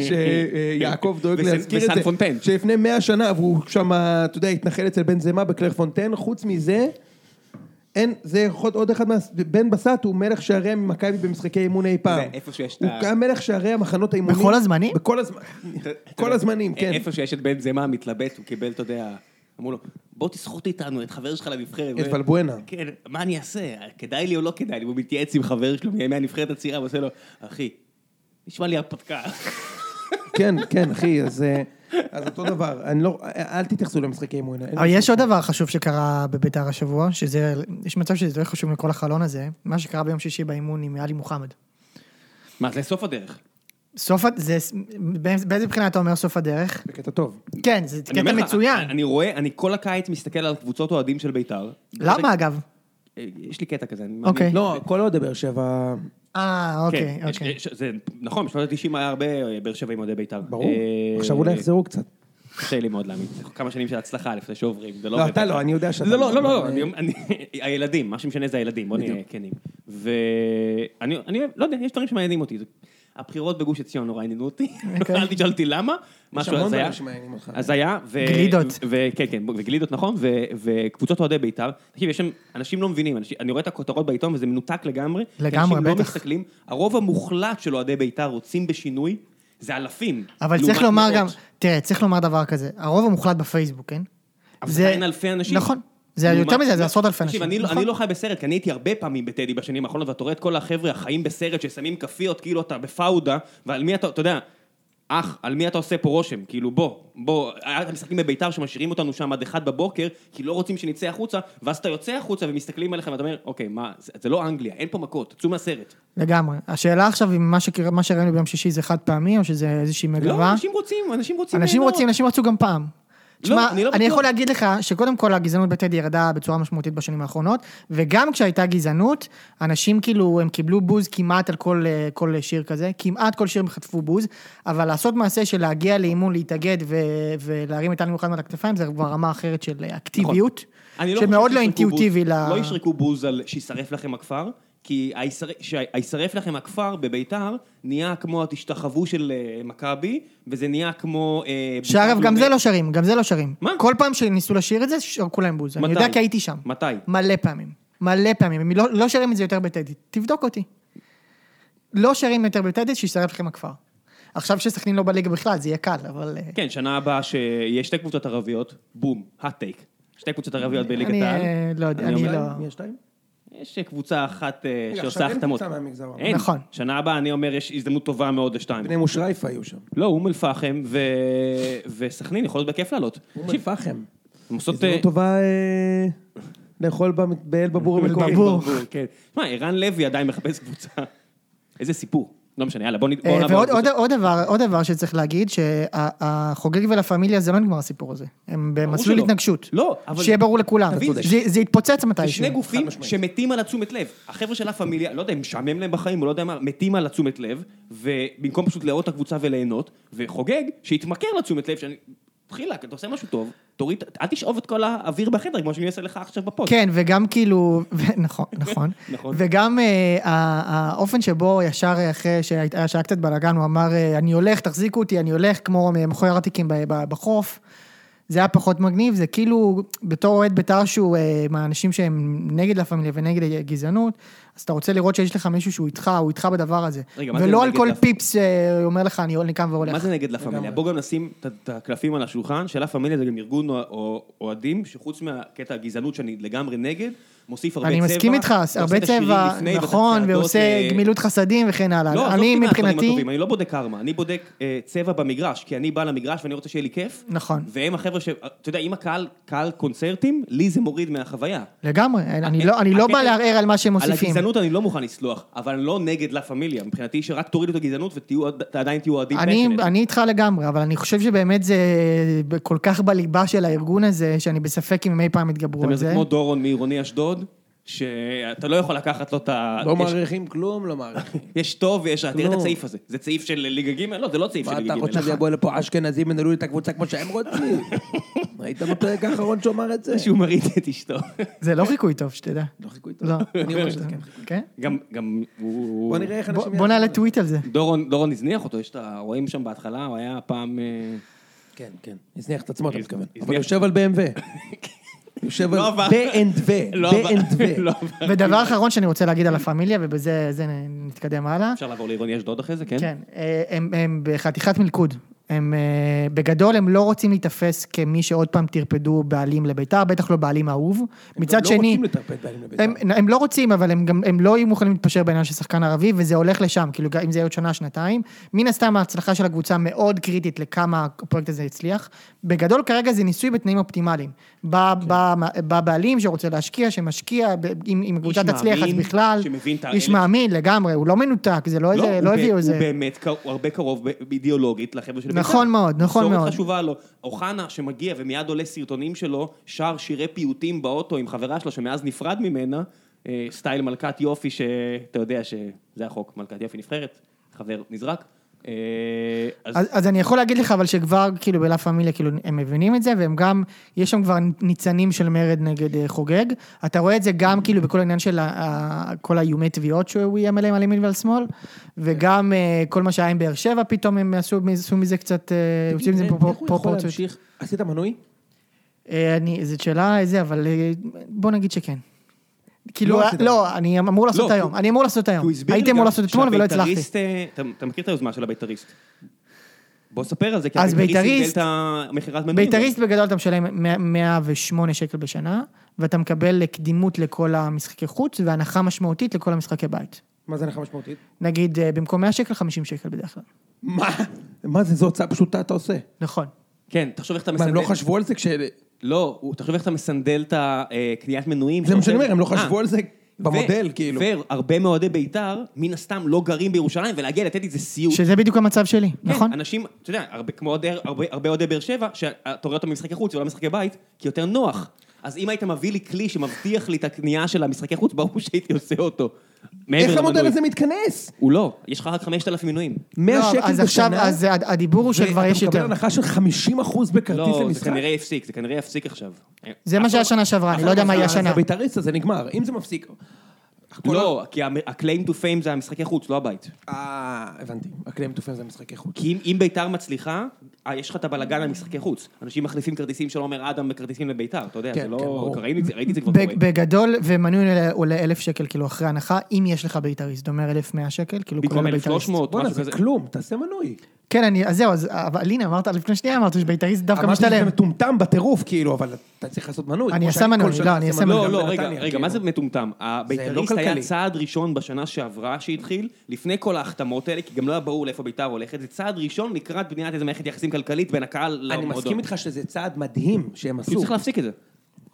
שיעקב דואג
וסן-
להזכיר את
וסן
זה.
פונטיין.
שלפני מאה שנה, והוא שם, אתה יודע, התנחל אצל בן זמה בקלר פונטיין, חוץ מזה, אין, זה יכול להיות עוד אחד מה... בן בסט הוא מלך שערי ממכבי במשחקי אימון אי פעם.
זה איפה שיש את
הוא
ה-
גם מלך שערי המחנות האימונים.
בכל הזמנים?
בכל הזמנים. כל הזמנים, כן.
אה, איפה שיש את בן זמה מתלבט, הוא קיבל, אתה יודע, אמרו לו, בוא תסחוט איתנו את חבר שלך לנבחרת.
את
ו-
ולבואנה.
כן, מה אני אעשה? כדאי לי או לא כדאי לי? הוא מתייעץ עם חבר שלו מימי הנבחרת הצעירה, ועושה לו, אחי, נשמע לי הרפתקה.
כן, כן, אחי, אז... אה, אז אותו דבר, אני לא, אל תתייחסו למשחקי אימון. אין-
אבל אה, יש עוד דבר חשוב שקרה בביתר השבוע, שזה, יש מצב שזה יותר חשוב מכל החלון הזה, מה שקרה ביום שישי באימון עם עלי מוחמד.
מה, זה סוף הדרך.
סוף, ה- זה, באיזה בחינה אתה אומר סוף הדרך?
בקטע טוב.
כן, זה
אני
קטע
אומר לך,
מצוין.
אני רואה, אני כל הקיץ מסתכל על קבוצות אוהדים של בית"ר.
למה אגב?
אה, יש לי קטע כזה, אני
אוקיי.
לא, כל עוד באר שבע...
אה, אוקיי,
כן, יש-
אוקיי.
יש- זה נכון, בשנות ה-90 היה הרבה אה, באר שבע עם אוהדי בית"ר.
ברור.
אה,
עכשיו
לא
אולי יחזרו קצת.
קשה לי מאוד להאמין. זה כמה שנים של הצלחה לפני שעוברים. זה
לא,
עובד
אתה
ככה.
לא, אני יודע שאתה
זה
לא.
לא, לא, לא,
אבל-
אני- אני- הילדים, מה שמשנה זה הילדים, בוא נהיה כנים. ואני, אני לא יודע, יש דברים שמעניינים אותי. זה- הבחירות בגוש עציון נורא עניינו אותי.
אוקיי.
אל תשאל אותי למה. משהו
המון
הזיה.
דברים שמעניינים אותך.
הזיה. ו-
גלידות.
ו- ו- כן, כן, וגלידות, נכון, ו- וקבוצות אוהדי בית"ר. תקשיב, יש שם, אנשים לא מבינים, אנשים- אני רואה את הכותרות בעיתון וזה מנותק לגמרי. כי
לגמרי,
אנשים לא
בטח.
מסתכלים, הרוב המוחלט של אוהדי בית"ר רוצים בשינוי, זה אלפים.
אבל
לעומת
צריך לומר גם,
מאות.
תראה, צריך לומר דבר כזה, הרוב המוחלט בפייסבוק, כן?
אבל
זה-
עדיין אלפי אנשים.
נכון. זה
לעומת-
יותר מזה, זה עשרות אלפי
תקשיב,
אנשים.
אני לא-
נכון.
אני לא חי בסרט, כי אני הייתי הרבה פעמים בטדי בשנים האחרונות, ואתה רואה את כל החבר'ה החיים בסרט ששמים כאפיות, כאילו אתה בפאודה, ועל מי אתה, אתה יודע, אח, על מי אתה עושה פה רושם? כאילו בוא, בוא, היה את המשחקים בביתר שמשאירים אותנו שם עד אחד בבוקר, כי לא רוצים שנצא החוצה, ואז אתה יוצא החוצה ומסתכלים עליכם ואתה אומר, אוקיי, מה, זה, זה לא אנגליה, אין פה מכות, צאו מהסרט.
לגמרי. השאלה עכשיו אם מה שקרה- מה שראינו ביום שישי זה חד פעמי, או שזה איזושהי
לא,
מגמה?
אנשים רוצים, אנשים רוצים
אנשים
ליהנות.
רוצים, אנשים רצו גם פעם. תשמע,
אני לא
אני
בטוח.
יכול להגיד לך שקודם כל הגזענות בטדי ירדה בצורה משמעותית בשנים האחרונות, וגם כשהייתה גזענות, אנשים כאילו, הם קיבלו בוז כמעט על כל, אה, כל שיר כזה, כמעט כל שיר הם חטפו בוז, אבל לעשות מעשה של להגיע לאימון, להתאגד ו- ולהרים את אלמי על הכתפיים, זה כבר רמה אחרת של אקטיביות,
נכון. אני לא
שמאוד
חושב
לא
שישרקו
אינטואיטיבי
בוז-
ל...
לא ישרקו בוז על שישרף לכם הכפר, כי הישר- שהישרף לכם הכפר בביתר נהיה כמו התשתחוו של אה, מכבי, וזה נהיה כמו... אה,
שאגב,
בית"ר
גם זה
לאומי.
לא שרים, גם זה לא שרים.
מה?
כל פעם שניסו לשיר את זה, שרקו להם בוז. אני
מתי?
יודע כי הייתי שם.
מתי?
מלא פעמים. מלא פעמים. הם לא, לא שרים את זה יותר בטדי. תבדוק אותי. לא שרים יותר בטדי, שישרף לכם הכפר. עכשיו שסכנין לא בליגה בכלל, זה יהיה קל, אבל... אה,
כן, שנה הבאה שיש שתי קבוצות ערביות, בום, האט טייק. שתי קבוצות ערביות
אני,
בליגת העל.
אה, לא יודע, אני
אומר,
לא...
מי השתיים?
יש קבוצה אחת אה,
עכשיו
שעושה
אין
החתמות.
קבוצה מהמגזר הערבי.
אין.
נכון.
שנה הבאה, אני אומר, יש הזדמנות טובה מאוד לשתיים.
בני מושרייפה היו שם.
לא, אום אל-פחם ו- וסכנין, יכול להיות בכיף לעלות.
אום
תקשיב,
אל-פחם.
הם עושות... אה,
הזדמנות טובה אה, לאכול ב- באל בבור המקומי. לא
בבור.
כן. שמע, ערן לוי עדיין מחפש קבוצה. איזה סיפור. לא משנה, יאללה, בוא נ- בוא
אה,
נעבור.
ועוד עוד,
לקבוצה.
עוד, דבר, עוד דבר שצריך להגיד, שהחוגג ולה פמיליה זה לא נגמר הסיפור הזה. הם במסלול
שלא.
התנגשות.
לא, אבל-
שיהיה ברור לכולם.
תבין, זה-
זה, זה יתפוצץ
זה
מתישהו.
שני גופים
משמעית.
שמתים על התשומת לב. החבר'ה של לה פמיליה, לא יודע, אם משעמם להם בחיים, או לא יודע מה, מתים על התשומת לב, ובמקום פשוט לאהוב את הקבוצה וליהנות, וחוגג, שיתמכר לתשומת לב, שאני... תחילה, אתה עושה משהו טוב, תוריד, אל תשאוב את כל האוויר בחדר, כמו שאני אעשה לך עכשיו בפוד.
כן, וגם כאילו, ו- נכון, נכון.
נכון.
וגם אה, ה- האופן שבו ישר אחרי שהיה אה, שהיה קצת בלאגן, הוא אמר, אה, אני הולך, תחזיקו אותי, אני הולך, כמו מכוער עתיקים ב- ב- בחוף. זה היה פחות מגניב, זה כאילו, בתור אוהד בית"ר שהוא אה, מהאנשים שהם נגד לה פמיליה ונגד אה, גזענות, אז אתה רוצה לראות שיש לך מישהו שהוא איתך, הוא איתך בדבר הזה.
רגע, מה זה
ולא על
נגד
כל
לה-
פיפס אה, אומר לך, אני אני קם והולך.
מה זה נגד לה פמיליה? בוא גם נשים את- את הקלפים על השולחן, שלה פמיליה זה גם ארגון או- או- אוהדים, שחוץ מהקטע הגזענות שאני לגמרי נגד, מוסיף הרבה צבע.
אני מסכים איתך,
ועושה
הרבה
את השירים
צבע,
לפני ואת
נכון,
הצעדות,
ועושה
אה,
גמילות חסדים וכן הלאה.
לא, עזוב
אני
אותי מהדברים
מבחינתי,
הטובים, אני לא בודק קרמה, אני בודק אה, צבע במגרש, כי אני בא למגרש ואני רוצה שיהיה לי כיף.
נכון.
והם החבר'ה ש... אתה יודע, אם הקהל, קהל קונצרטים, לי זה מוריד מהחוויה.
לגמרי, אני לא- אני לא
אה, הקטע-
בא לערער על מה שהם
על
מוסיפים.
הגזענות אני לא מוכן לסלוח, אבל אני לא נגד לה פמיליה, מבחינתי שרק תורידו את הגזענות ותהיו, אתה עדיין תהיו אוהדים
אני,
passionate.
אני איתך לגמרי, אבל אני חושב שבאמת זה ב- כל כך בליבה של הארגון הזה, שאני בספק אם הם אי פעם
זאת
יתגברו על
אומרת,
זה.
זה כמו דורון מעירוני אשדוד, שאתה לא יכול לקחת לו את ה...
לא
יש-
מעריכים כלום, לא מעריכים.
יש טוב ויש רע, תראה את
כלום.
הצעיף הזה. זה צעיף של ליגה ג'? לא, זה לא צעיף של
מה
ליגה
אתה
ג'.
חושב, יבוא לפה אשכנזים ינהלו לי את הקבוצה כמו שהם רוצים? היית בפרק האחרון שאומר את זה?
שהוא מרעיד את אשתו.
זה לא חיקוי טוב, שתדע.
לא חיכו איתו.
לא.
אני אומר שזה כן.
כן?
גם, גם, הוא...
בוא נראה איך
בוא-
אנשים...
בוא נעלה טוויט על זה.
דורון, דורון הזניח אותו, יש את ה... רואים שם בהתחלה, הוא היה פעם... אה,
כן, כן. הזניח את עצמו, אתה מתכוון.
הזניח-
אבל יושב על BMW. יושב על
לא עבר.
B&V.
לא עבר- לא
B&V.
עבר.
ודבר אחרון שאני רוצה להגיד על הפמיליה, ובזה זה נ- נתקדם הלאה.
אפשר לעבור לעירוני אשדוד אחרי זה, כן?
כן, אה, הם, הם בחתיכת מלכוד. הם, אה, בגדול, הם לא רוצים להיתפס כמי שעוד פעם טרפדו בעלים לביתר, בטח לא בעלים אהוב. מצד
הם לא
שני,
רוצים לטרפד בעלים לבית"ר.
הם, הם לא רוצים, אבל הם גם, הם לא יהיו מוכנים להתפשר בעניין של שחקן ערבי, וזה הולך לשם, כאילו, גם אם זה יהיה עוד שנה, שנתיים. מן הסתם ההצלחה של הקבוצה מאוד קריטית לכמה הפרויקט הזה יצליח. בגדול, כרגע זה ניסוי בתנאים אופטימליים. בא
כן.
בא- בא בעלים שרוצה להשקיע, שמשקיע, ב- אם אם הקבוצה
איש
תצליח אז
מאמין
בכלל.
שמבין את ה-
איש מאמין לגמרי, הוא לא מנותק, זה לא איזה, לא
הוא ב-
הביאו
הוא
איזה...
באמת, קר- הוא הרבה קרוב ב- אידיאולוגית לחבר'ה של
נכון מאוד, נכון מאוד.
מסורת חשובה לו. אוחנה שמגיע ומיד עולה סרטונים שלו, שר שירי פיוטים באוטו עם חברה שלו שמאז נפרד ממנה, אה, סטייל מלכת יופי, שאתה יודע שזה החוק, מלכת יופי נבחרת, חבר נזרק. אה, אז
אז, אז אני יכול להגיד לך, אבל שכבר, כאילו, בלה פמיליה, כאילו, הם מבינים את זה, והם גם, יש שם כבר ניצנים של מרד נגד אה, חוגג. אתה רואה את זה גם, כאילו, בכל העניין של ה, ה, כל האיומי תביעות שהוא איים עליהם על ימין ועל שמאל, וגם אה, כל מה שהיה עם באר שבע, פתאום הם עשו, מזה- עשו מזה קצת, אה, הוציאו מזה
איך הוא יכול
פרופורציות.
להמשיך? עשית מנוי?
אה, אני, זאת שאלה איזה, אבל אה, בוא נגיד שכן. כאילו,
עשית.
לא, אני אמור לעשות
לא,
היום,
כי-
אני אמור לעשות
כי הוא
היום.
הסביר לי
הייתי
גם
אמור לעשות אתמול ולא הצלחתי.
שהבית"ריסט, אה, אתה, אתה מכיר את היוזמה של הבית"ריסט. בוא ספר על זה, כי
אז
הבית"ריסט
בית"ריסט-
קיבל את המכירת מנוי.
ביתריסט בגדול אתה משלם 100 108 שקל בשנה, ואתה מקבל קדימות לכל המשחקי חוץ, והנחה משמעותית לכל המשחקי בית.
מה זה הנחה משמעותית?
נגיד, אה, במקום 100 שקל, 50 שקל בדרך כלל.
מה? מה זה, זו הוצאה פשוטה אתה עושה.
נכון.
כן, תחשוב איך אתה
מה,
מסנדל.
הם לא חשבו על זה כש...
לא, הוא- תחשוב איך אתה מסנדל את הקניית מנויים.
זה מה שאני אומר, הם לא
אה,
חשבו על זה
ו-
במודל, כאילו.
והרבה מאוהדי בית"ר, מן הסתם לא גרים בירושלים, ולהגיע לתת לי זה סיוט.
שזה בדיוק המצב שלי,
כן,
נכון?
אנשים, אתה יודע, הרבה- כמו אוהדי- הרבה- הרבה אוהדי באר שבע, שאתה רואה אותם במשחקי חוץ ולא במשחקי בית, כי יותר נוח. אז אם היית מביא לי כלי שמבטיח לי את הקנייה של המשחקי חוץ, ברור שהייתי עושה אותו. מעבר
איך המודל
למנוי.
הזה מתכנס?
הוא לא, יש לך רק 5,000 מינויים.
100
לא,
שקל בשנה?
אז עכשיו, אז הד- הדיבור הוא שכבר יש
ואתה מקבל
יותר.
הנחה של 50% בכרטיס
לא, זה
למשחק?
כנראה יפסיק, זה כנראה יפסיק עכשיו.
זה מה שהיה שנה שעברה, אני לא יודע מה יהיה
אה, אז
השנה.
הבית"ריסט הזה נגמר, אם זה מפסיק...
לא, כי ה-claim to fame זה המשחקי חוץ, לא הבית.
אה, הבנתי. הקלעים תופעים זה משחקי חוץ.
כי אם, אם ביתר מצליחה, אה, יש לך את הבלגן על משחקי חוץ. אנשים מחליפים כרטיסים של עומר אדם בכרטיסים לביתר, אתה יודע,
כן,
זה
כן,
לא...
ברור.
ראיתי את זה, ראיתי את זה כבר
בג-
קורה.
בגדול, ומנוי עולה- עולה 1,000 שקל, כאילו, אחרי הנחה, אם יש לך ביתריסט, זה אומר 1,100 שקל, כאילו,
במקום
כולל ביתריסט.
1,300,
בואנה,
משהו
זה
כזה.
כלום, תעשה מנוי.
כן, אני, אז זהו, אז- אבל הנה, אמרת, לפני שנייה אמרת שביתריסט דווקא
אמרתי שזה
משתלם.
מטומטם בטירוף, כאילו, אבל אתה צריך לעשות מנוי.
אני
כמו
אעשה
שאני
מנוי,
כל
לא,
שנה
אני
עושה
אעשה
מנוי
לא, לא,
גם
רגע,
בנתניה,
רגע,
כאילו.
מה זה מטומטם? הביתריסט
לא
היה
כלכלי.
צעד ראשון בשנה שעברה שהתחיל, לפני כל ההחתמות האלה, כי גם לא היה ברור לאיפה ביתר הולכת, זה צעד ראשון לקראת בניית איזו מערכת יחסים כלכלית בין הקהל
אני
למועדון.
מסכים איתך שזה צעד מדהים שהם
פשוט
עשו.
לא, צריך להפסיק את זה.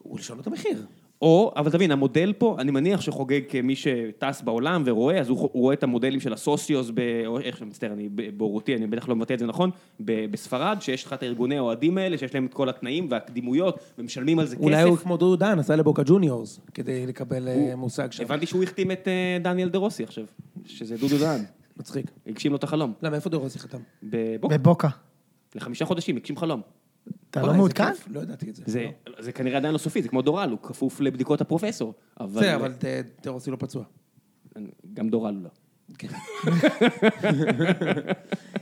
הוא לשנות את המחיר.
או, אבל תבין, המודל פה, אני מניח שחוגג כמי שטס בעולם ורואה, אז הוא, חו- הוא רואה את המודלים של הסוסיוס, ב, או איך שאני מצטער, אני ב- בורותי, אני בטח לא מבטא את זה נכון, ב, בספרד, שיש לך את הארגוני האוהדים האלה, שיש להם את כל התנאים והקדימויות, ומשלמים על זה כסף.
אולי הוא כמו דודו דן, עשה לבוקה ג'וניורס, כדי לקבל אה, מושג שם.
הבנתי שהוא החתים את אה, דניאל דה רוסי עכשיו, שזה דודו דהן,
מצחיק.
הגשים לו את החלום.
למה, איפה דורסי חתם?
בבוקר,
בבוקה.
לחמישה חודשים, הגשים חלום.
אתה
וואי,
לא
איזה
מעודכן?
כיף, לא ידעתי את זה.
זה, זה כנראה עדיין לא סופי, זה כמו דורל, הוא כפוף לבדיקות הפרופסור. אבל...
בסדר, אבל ת- דורסי לא פצוע. כן.
גם דורל לא.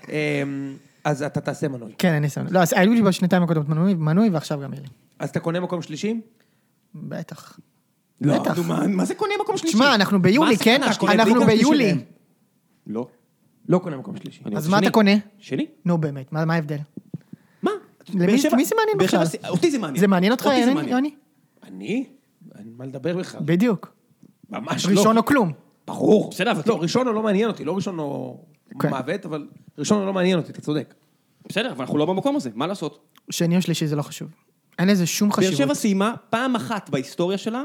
אמ, אז אתה תעשה מנוי.
כן, אין ניסיון. לא, אז היו לי בשנתיים הקודמות מנוי, מנוי ועכשיו גם יהיה לי.
אז אתה קונה מקום שלישי?
בטח.
לא,
בטח.
נו, מה- מה זה קונה מקום שלישי?
תשמע, אנחנו ביולי,
מה
כן?
הסכנה?
קונה בלי
אנחנו
מקום שלישי
ביולי.
להם.
לא.
לא קונה מקום שלישי.
אני
אז
רוצה
מה אתה
שני.
קונה?
שני.
נו באמת, מה מה ההבדל?
מה?
למי-
באר שבע-
מי זה מעניין
באר שבע-
בכלל?
אותי זה מעניין.
זה מעניין אותך,
אותי זה
יוני-
מעניין.
יוני?
אני? אין מה לדבר בכלל.
בדיוק.
ממש לא.
ראשון או כלום.
ברור.
בסדר, אבל-
אוקיי.
לא, ראשון הוא לא מעניין אותי, לא ראשון הוא
כן.
מוות, אבל ראשון הוא לא מעניין אותי, אתה צודק.
בסדר, אבל אנחנו לא במקום הזה, מה לעשות?
שני או שלישי זה לא חשוב. אין לזה שום
באר
חשיבות.
שבע סיימה פעם אחת בהיסטוריה שלה,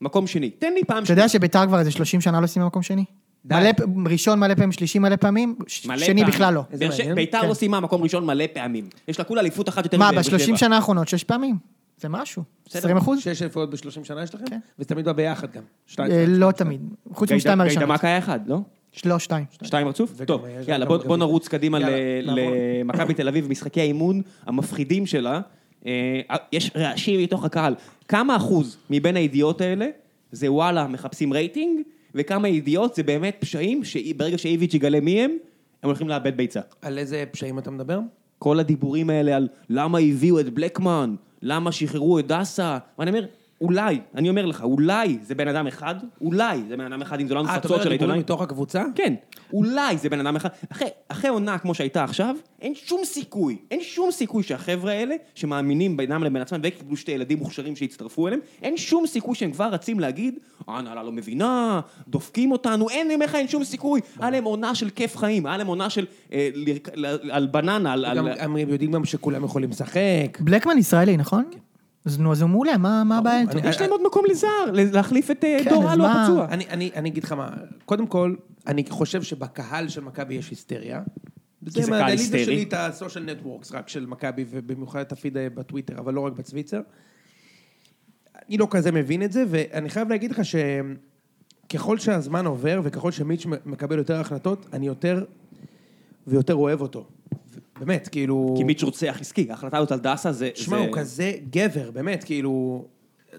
מקום שני. תן לי פעם
אתה
שנייה.
יודע שביתר כבר איזה 30 שנה לא סיימה מקום שני?
די.
מלא פ- ראשון מלא פעמים, שלישי מלא פעמים, ש-
מלא
שני
פעמים.
בכלל לא.
איזה
באר שבע-
מעניין.
ביתר
כן.
לא סיימה מקום ראשון מלא פעמים. יש לה כולה אליפות אחת יותר
מה,
מבאר
בשלושים
שבע.
שנה האחרונות שש פעמים. זה משהו.
בסדר.
20 אחוז?
שש אלפויות בשלושים שנה יש לכם?
כן.
וזה תמיד בא ביחד גם. שתיים.
אה, לא תמיד. חוץ
גייד-
משתיים הראשונות.
גיידמק היה אחד, לא?
לא, שתיים.
שתיים רצוף?
וגם
טוב,
היה-
יאללה,
גם
בוא-
גביע.
בוא נרוץ קדימה ל-
יאללה, נעבור.
למכבי תל אביב, משחקי האימון המפחידים שלה. אה, יש רעשים מתוך הקהל. כמה אחוז מבין הידיעות האלה זה וואלה, מחפשים רייטינג, וכמה ידיעות זה באמת פשעים שברגע שאיביץ' יגלה מי הם, הם הולכים לאבד ביצה.
על איזה פשעים אתה מדבר?
כל הדיבורים האלה על למה הביאו את בלקמן, למה שחררו את דסה, ואני אומר, אולי, אני אומר לך, אולי זה בן אדם אחד, אולי זה בן אדם אחד, אם זה לא
אה, אתה
המפצות
אומר
של
דיבורים
העיתונאי.
מתוך הקבוצה?
כן, אולי זה בן אדם אחד. אחרי, אחרי עונה כמו שהייתה עכשיו, אין שום סיכוי, אין שום סיכוי שהחבר'ה האלה, שמאמינים בינם לבין עצמם, וקיבלו שתי ילדים מוכשרים שהצטרפו אליהם, אין שום סיכוי שהם כבר רצים להגיד, ההנהלה לא מבינה, דופקים אותנו, אין, אני אומר לך, אין שום
אה.
סיכוי. היה להם עונה של כיף חיים, היה להם עונה של... אה, לרק- ל- על בננה, על... אה,
גם-
כן. על-
הם יודעים גם שכולם יכולים לשחק.
בלקמן ישראלי, נכון? אז נו, אז הוא מעולה, מה מה הבעיה איתו?
כן. אני-
יש להם עוד מקום לזר, ל- להחליף את אה,
כן,
דור
אז
אלו
מה?
הפצוע.
אני- אני אני אגיד לך מה, קודם כל, אני חושב שבקהל של מכבי יש היסטריה.
זה קהל היסטרי.
זה שלי את הסושיאל נטוורקס רק של מכבי, ובמיוחד את הפיד אה, בטוויטר, אבל לא רק בצוויצר. אני לא כזה מבין את זה, ואני חייב להגיד לך שככל שהזמן עובר וככל שמיץ' מקבל יותר החלטות, אני יותר ויותר אוהב אותו. באמת, כאילו...
כי מיץ' רוצח עסקי, ההחלטה הזאת על דסה זה...
שמע,
זה-
הוא כזה גבר, באמת, כאילו...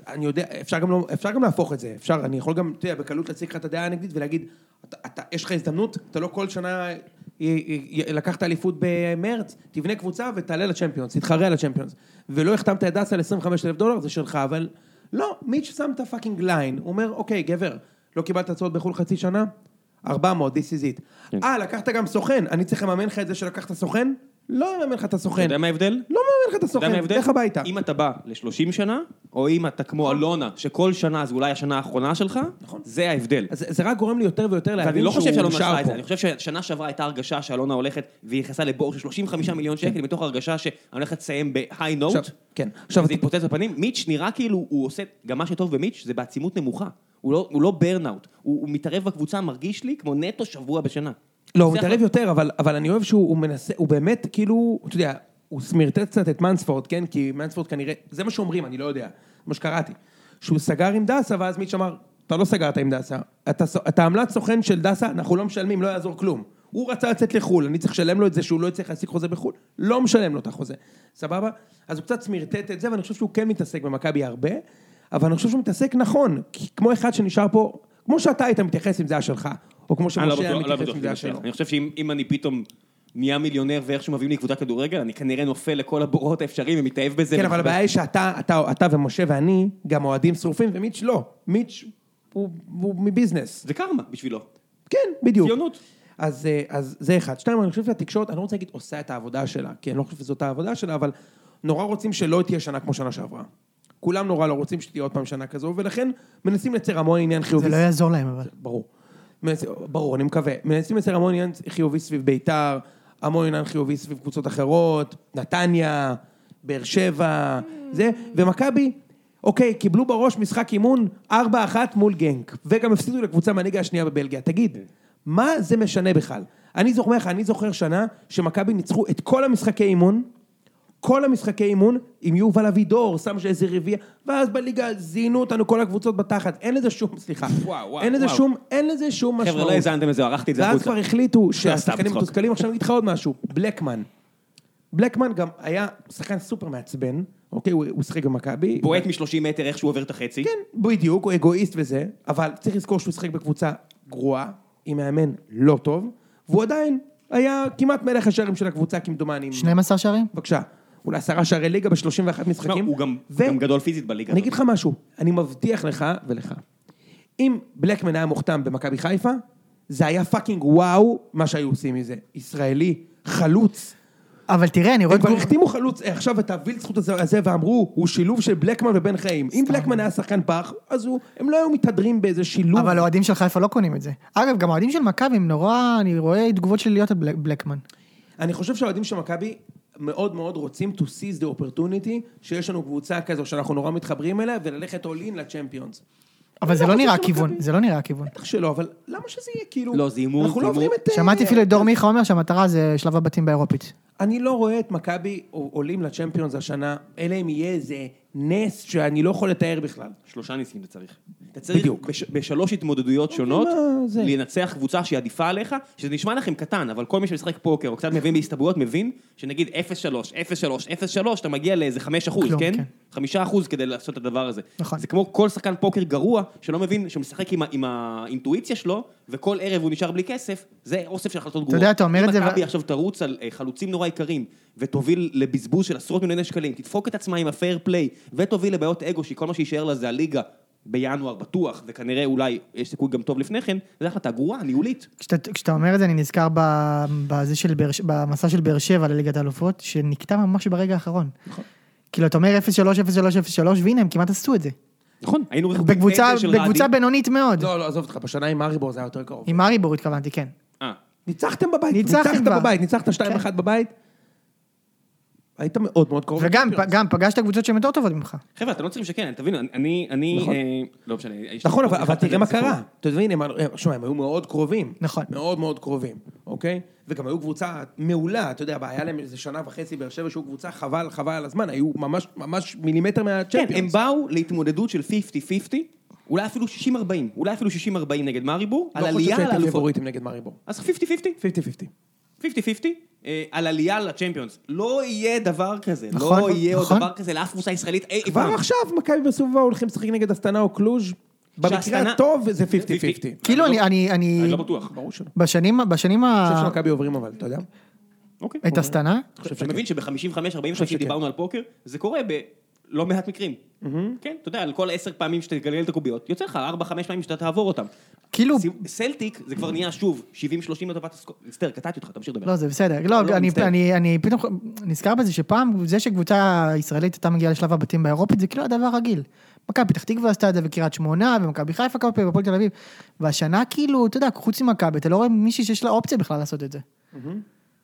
אני יודע, אפשר גם, לא, אפשר גם להפוך את זה, אפשר, אני יכול גם, אתה יודע, בקלות להציג לך את הדעה הנגדית ולהגיד, אתה, אתה, יש לך הזדמנות, אתה לא כל שנה י, י, י, לקחת אליפות במרץ, תבנה קבוצה ותעלה לצ'מפיונס, תתחרה על הצ'מפיונס. ולא החתמת את דסה ל-25 אלף דולר, זה שלך, אבל לא, מיץ' שם את הפאקינג ליין, הוא אומר, אוקיי, גבר, לא קיבלת הצעות בחו"ל חצי שנה? 400, this is it.
כן.
אה, לקחת גם סוכן, אני צריך לממן לך את זה שלקחת סוכן? לא אממן לך את
אתה
הסוכן.
יודע מה ההבדל?
לא מאמן לך את
אתה יודע מה
הסוכן,
ההבדל?
לך הביתה.
אם אתה בא ל-30 שנה, או אם אתה כמו אלונה, שכל שנה זו אולי השנה האחרונה שלך,
נכון.
זה ההבדל.
אז זה רק גורם לי יותר ויותר
ואני
להבין
לא חושב
שהוא
שאלונה
נשאר
עשתה את
פה.
זה, אני חושב ששנה שעברה הייתה הרגשה שאלונה הולכת, והיא נכנסה לבור של 35 מיליון שקל, מתוך הרגשה שאני הולכת לסיים בהיי
כן. עכשיו,
נוט,
כן. עכשיו,
וזה התפוצץ בפנים. מיץ' נראה כאילו הוא עושה, גם מה שטוב במיץ' זה בעצימות נמוכה. הוא לא- הוא לא ברנאוט, הוא הוא מתערב בקבוצה, מרגיש לי כמו נטו שבוע בשנה.
לא, הוא
זה
מתערב יותר, אבל, אבל אני אוהב שהוא הוא מנסה, הוא באמת, כאילו, אתה יודע, הוא סמרטט קצת את מנספורד, כן? כי מנספורד כנראה, זה מה שאומרים, אני לא יודע, זה מה שקראתי. שהוא סגר עם דסה, ואז מיץ' אמר, אתה לא סגרת עם דסה, אתה, ס- אתה עמלת סוכן של דסה, אנחנו לא משלמים, לא יעזור כלום. הוא רצה לצאת לחו"ל, אני צריך לשלם לו את זה שהוא לא יצטרך להשיג חוזה בחו"ל, לא משלם לו את החוזה, סבבה? אז הוא קצת סמרטט את זה, ואני חושב שהוא כן מתעסק במכבי הרבה, אבל אני חושב שהוא מתעסק נכון, כי כמו אחד שנשאר פה, כמו שאתה היית מתייחס אם זה היה שלך, או כמו
אני לא
שמשה היה
בטוח- לא
מתייחס
בטוח
אם
שזה
זה היה
מצליח.
שלו.
אני חושב שאם אם אני פתאום נהיה מיליונר ואיכשהו מביאים לי קבוצת כדורגל, אני כנראה נופל לכל הבורות האפשריים ומתאהב בזה.
כן, אבל
ומחבב.
הבעיה היא שאתה, אתה, אתה ומשה ואני גם אוהדים שרופים, ומיץ' לא. מיץ' הוא, הוא מביזנס.
זה קרמה בשבילו.
כן, בדיוק.
ציונות.
אז, אה, אז זה אחד. שתיים, אני חושב שהתקשורת, אני לא רוצה להגיד עושה את העבודה שלה, כי אני לא חושב שזאת העבודה שלה, אבל נורא רוצים שלא תהיה שנה כמו שנה שעברה. כולם נורא לא רוצים שתהיה עוד פעם שנה כזו, ולכן מנסים לייצר המון עניין חיובי.
זה לא יעזור להם, אבל.
ברור. מנס... ברור, אני מקווה. מנסים לייצר המון עניין חיובי סביב ביתר, המון עניין חיובי סביב קבוצות אחרות, נתניה, באר שבע, זה, ומכבי, אוקיי, קיבלו בראש משחק אימון 4-1 מול גנק, וגם הפסידו לקבוצה מהליגה השנייה בבלגיה. תגיד, מה זה משנה בכלל? אני זוכר לך, אני זוכר שנה שמכבי ניצחו את כל המשחקי אימון, כל המשחקי אימון עם יובל אבידור, שם שאיזה רביעייה, ואז בליגה זיינו אותנו כל הקבוצות בתחת. אין לזה שום, סליחה.
וואו, וואו,
אין לזה
וואו.
שום, אין לזה שום משמעות.
חבר'ה, לא האזנתם לזה, ערכתי את זה
ואז
החוצה. לא,
כבר החליטו
סתם
שהשחקנים
צחוק.
מתוסכלים. עכשיו אני אגיד לך עוד משהו, בלקמן. בלקמן גם היה שחקן סופר מעצבן, אוקיי? הוא הוא שיחק במכבי.
בועט מ-30 מטר איך שהוא עובר את החצי.
כן, בדיוק, הוא אגואיסט וזה, אבל צריך לזכור שהוא שיחק בקבוצה גרועה, עם מאמן לא טוב, והוא עדיין היה כמעט מלך השערים של הקבוצה, כמדומני. עם-
12 שערים?
בבקשה. אולי עשרה שערי ליגה ב-31
תשמע,
משחקים.
הוא גם
ו-
גם גדול פיזית בליגה
אני
הזאת.
אגיד לך משהו, אני מבטיח לך ולך. אם בלקמן היה מוחתם במכבי חיפה, זה היה פאקינג וואו מה שהיו עושים מזה. ישראלי, חלוץ.
אבל תראה, אני רואה
הם כבר
תגובות...
החתימו חלוץ, אה, עכשיו את הווילד זכות הזה- הזה, ואמרו, הוא שילוב של בלקמן ובן חיים. אם בלקמן היה שחקן פח, אז הוא- הם לא היו מתהדרים באיזה שילוב.
אבל אוהדים של חיפה לא קונים את זה. אגב, גם אוהדים של מכבי הם נורא, אני רואה תגובות שליליות על בלק- בלקמן.
אני חושב שהאוהדים של מכבי מאוד מאוד רוצים to seize the opportunity, שיש לנו קבוצה כזו שאנחנו נורא מתחברים אליה, וללכת all in לצ'מפיונס.
אבל זה
לא
לא
חושב
נראה
שמכבי-
הכיוון, זה לא נראה הכיוון.
בטח שלא, אבל למה שזה יהיה כאילו...
לא, זה הימור,
אנחנו
זה
לא עוברים
הימור.
את... אה,
שמעתי אפילו את דור מיכה אומר שהמטרה זה שלב הבתים באירופית.
אני לא רואה את מכבי עולים לצ'מפיונס השנה, אלא אם יהיה איזה נס שאני לא יכול לתאר בכלל.
שלושה ניסים אתה צריך. אתה צריך
בדיוק.
בש, בשלוש התמודדויות שונות,
מה זה?
לנצח קבוצה שהיא עדיפה עליך, שזה נשמע לכם קטן, אבל כל מי שמשחק פוקר או קצת מבין בהסתברויות, מבין שנגיד 0-3, 0-3, 0-3, אתה מגיע לאיזה 5 אחוז,
כלום,
כן?
כן.
5 אחוז כדי לעשות את הדבר הזה.
נכון.
זה כמו כל שחקן פוקר גרוע, שלא מבין, שמשחק עם, ה- עם האינטואיציה שלו, וכל ערב הוא נשאר בלי כסף, זה אוסף של החלטות גרועות.
יודע, אתה אומר את זה
אם
ו-
מכבי עכשיו תרוץ על אה, חלוצים נורא יקרים, ותוביל לבזבוז של עשרות מיליוני שקלים, תדפוק את עצמה עם הפייר פליי, ותוביל לבעיות אגו, שכל מה שיישאר לה זה הליגה בינואר בטוח, וכנראה אולי יש סיכוי גם טוב לפני כן, זו החלטה גרועה, ניהולית.
כשאתה, כשאתה אומר את זה, אני נזכר ב- בזה של באר, ש- במסע של באר שבע לליגת האלופות, שנקטע ממש ברגע האחרון. נכון. כאילו, אתה אומר 0-3, 0-3, 0-3, והנה, הם כמעט עשו את זה.
נכון, היינו רחוקים
בקבוצה,
פנדל של
בקבוצה
רדי.
בינונית מאוד.
לא, לא, עזוב אותך, בשנה עם אריבור זה היה יותר קרוב.
עם אריבור התכוונתי, כן.
אה,
ניצחתם בבית,
ניצחתם כן.
ניצחת
בה.
בבית, ניצחת 2-1 בבית. היית מאוד מאוד קרוב.
וגם
לצ'מפיונס.
גם פגשת קבוצות שהן יותר טובות ממך.
חבר'ה, אתם לא צריכים לשקר, תבינו, אני, אני,
נכון.
אה, לא משנה. יש לי
נכון,
פה
אבל אבל
אחד
תראה מה
סיפור.
קרה. אתה מבין, הם- הם- שמע, הם היו מאוד קרובים.
נכון.
מאוד מאוד קרובים, אוקיי? וגם היו קבוצה מעולה, אתה יודע, היה להם איזה שנה וחצי באר שבע שהיו קבוצה חבל, חבל על הזמן, היו ממש ממש מילימטר
כן,
מהצ'מפיונס.
הם באו להתמודדות של 50-50, אולי אפילו 60-40, אולי אפילו 60-40 נגד מאריבור, על
לא חושב
עלייה
שהייתם
לאלופות.
פבוריטים נגד מאריבור.
אז 50-50.
50-50.
50-50, אה, על עלייה לצ'מפיונס. לא יהיה דבר כזה.
נכון,
לא יהיה עוד
נכון.
דבר כזה לאף קבוצה ישראלית אי פעם.
כבר עכשיו מכבי בסיבוב הבא הולכים לשחק נגד אסטנה או קלוז'. במקרה
שהסטנה-
הטוב זה 50-50.
50.
כאילו,
אני
אני,
לא-
אני, אני,
אני לא בטוח.
ברור שלא.
בשנים, בשנים
אני
ה...
חושב שמכבי עוברים אבל, אתה יודע?
אוקיי.
את הסטנה,
אתה מבין שב-55-40
חושב
שנים
שכן.
שדיברנו על פוקר, זה קורה בלא מעט מקרים. כן, אתה יודע, על כל עשר פעמים שאתה תגלגל את הקוביות, יוצא לך ארבע, חמש פעמים שאתה תעבור אותם.
כאילו,
סיב- סלטיק זה כבר נהיה שוב 70-30 לטובת הסקור. מצטער, קטעתי אותך, תמשיך לדבר.
לא, זה בסדר. לא,
לא,
אני,
מצטער.
אני, אני פתאום נזכר בזה שפעם, זה שקבוצה ישראלית הייתה מגיעה לשלב הבתים באירופית, זה כאילו היה דבר רגיל. מכבי פתח תקווה עשתה את זה, וקריית שמונה, ומכבי חיפה כמה פעמים, והפועל תל אביב. והשנה כאילו, אתה יודע, חוץ ממכבי, אתה לא רואה מישהי שיש לה אופציה בכלל לעשות את זה.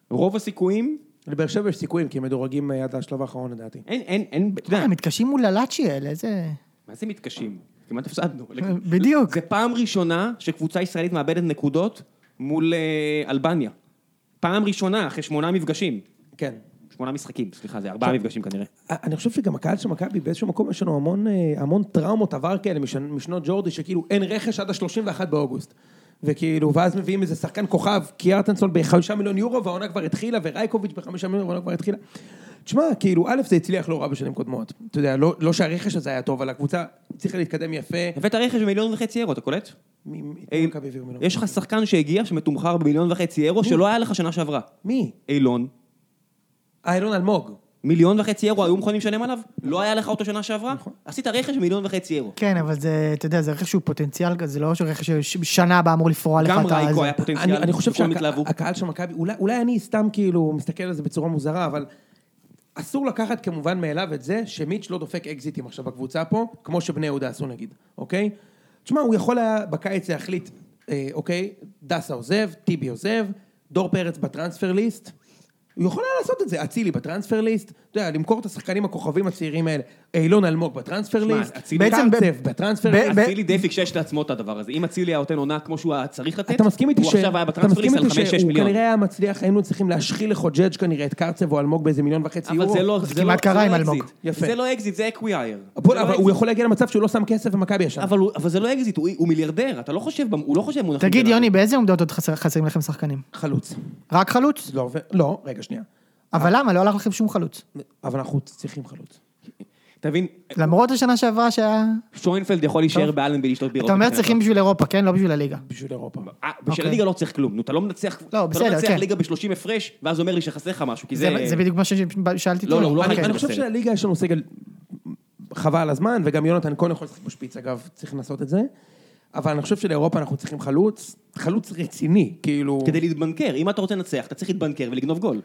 רוב הסיכויים,
לבאר שבע יש סיכויים, כי הם מדורגים אה, עד השלב האחרון לדעתי.
אין, אין, אין, אתה יודע,
הם מתקשים מול הלאצ'י האלה, איזה...
מה זה מתקשים? כמעט הפסדנו.
בדיוק.
זה פעם ראשונה שקבוצה ישראלית מאבדת נקודות מול אה, אלבניה. פעם ראשונה, אחרי שמונה מפגשים.
כן.
שמונה משחקים, סליחה, זה ארבעה מפגשים כנראה.
אני חושב שגם הקהל של מכבי באיזשהו מקום יש לנו המון, אה, המון טראומות עבר כאלה משנ- משנות ג'ורדי שכאילו אין רכש עד ה-31 באוגוסט. וכאילו, ואז מביאים איזה שחקן כוכב, קיארטנסון בחמישה מיליון יורו והעונה כבר התחילה, ורייקוביץ' בחמישה מיליון והעונה כבר התחילה. תשמע, כאילו, א', זה הצליח לא רע בשנים קודמות. אתה יודע, לא, לא שהרכש הזה היה טוב, אבל הקבוצה הצליחה להתקדם יפה.
הבאת רכש במיליון וחצי אירו, אתה קולט?
מי? מי-
אה,
מכבי העבירו מיליון.
יש לך שחקן שהגיע שמתומחר במיליון וחצי אירו שלא היה לך שנה שעברה.
מי?
אילון,
אה, אילון אלמוג.
מיליון וחצי אירו היו מוכנים לשלם עליו? לא היה לך אותו שנה שעברה?
נכון.
עשית רכש במיליון וחצי אירו.
כן, אבל זה, אתה יודע, זה רכש שהוא פוטנציאל כזה, זה לא רכש שבשנה הבאה אמור לפרוע לך את ה...
גם רייקו
זה.
היה פוטנציאל.
אני, אני חושב
כולם התלהבו.
שהקהל של מכבי, אולי, אולי אני סתם כאילו מסתכל על זה בצורה מוזרה, אבל אסור לקחת כמובן מאליו את זה שמיץ' לא דופק אקזיטים עכשיו בקבוצה פה, כמו שבני יהודה עשו נגיד, אוקיי? תשמע, הוא יכול היה בקיץ להחליט, אה, אוקיי, דסה עוזב, טיבי עוזב, דור פרץ בטרנספר ליסט. הוא יכול היה לעשות את זה, אצילי בטרנספר ליסט, אתה יודע, למכור את השחקנים הכוכבים הצעירים האלה, אילון אלמוג בטרנספר
שמע,
ליסט,
אצילי-
בעצם ב-
קרצב בטרנספר
ב-
ליסט,
ב-
אצילי די פיקשש לעצמו את הדבר הזה. אם אצילי היה נותן עונה כמו שהוא היה צריך לתת,
אתה מסכים איתי
הוא
ש...
עכשיו היה
אתה מסכים
בטרנספריסט על
איתי
5-6
שהוא
מיליון.
כנראה היה מצליח, היינו צריכים להשחיל לחוג'ג' כנראה את קרצב או אלמוג באיזה מיליון וחצי יורו.
אבל זה לא,
זה
זה
כמעט
לא,
קרה
זה
עם
לא
אלמוג.
אקזיט.
יפה. אה,
זה לא אקזיט, זה אקווייר.
בוא, אבל הוא יכול להגיע למצב שהוא לא שם כסף ומכבי ישר.
אבל הוא- אבל זה לא אקזיט, הוא הוא מיליארדר, אתה לא חושב, במ- הוא לא חושב במונחים
תגיד,
שלנו.
יוני, באיזה עומדות עוד חסר- חסרים לכם שחקנים?
חלוץ.
רק חלוץ?
לא, ו- לא, רגע, שנייה.
אבל למה? לא הלך לכם שום חלוץ.
אבל אנחנו צריכים חלוץ.
תבין,
למרות השנה שעברה שהיה...
שוינפלד יכול להישאר
טוב.
באלנבי לשתות בירות.
אתה אומר
מבחינתו.
צריכים בשביל אירופה, כן? לא בשביל הליגה.
בשביל אירופה.
אה, בשביל
אוקיי.
הליגה לא צריך כלום, נו, אתה לא מנצח, אתה לא
בסדר,
מנצח
כן.
ליגה ב-30 הפרש, ואז אומר לי שחסר לך משהו, כי זה...
זה זה בדיוק מה ששאלתי.
לא, לא, הוא לא
אוקיי.
חלק
אני חושב
בסדר.
שלליגה יש לנו סגל חבל על הזמן, וגם יונתן כהן יכול לשחק בשפיץ, אגב, צריך לעשות את זה. אבל אני חושב שלאירופה אנחנו צריכים חלוץ, חלוץ רציני, כאילו...
כדי להתבנקר, אם אתה רוצה לנצח, אתה צריך להתבנקר ולגנוב גול.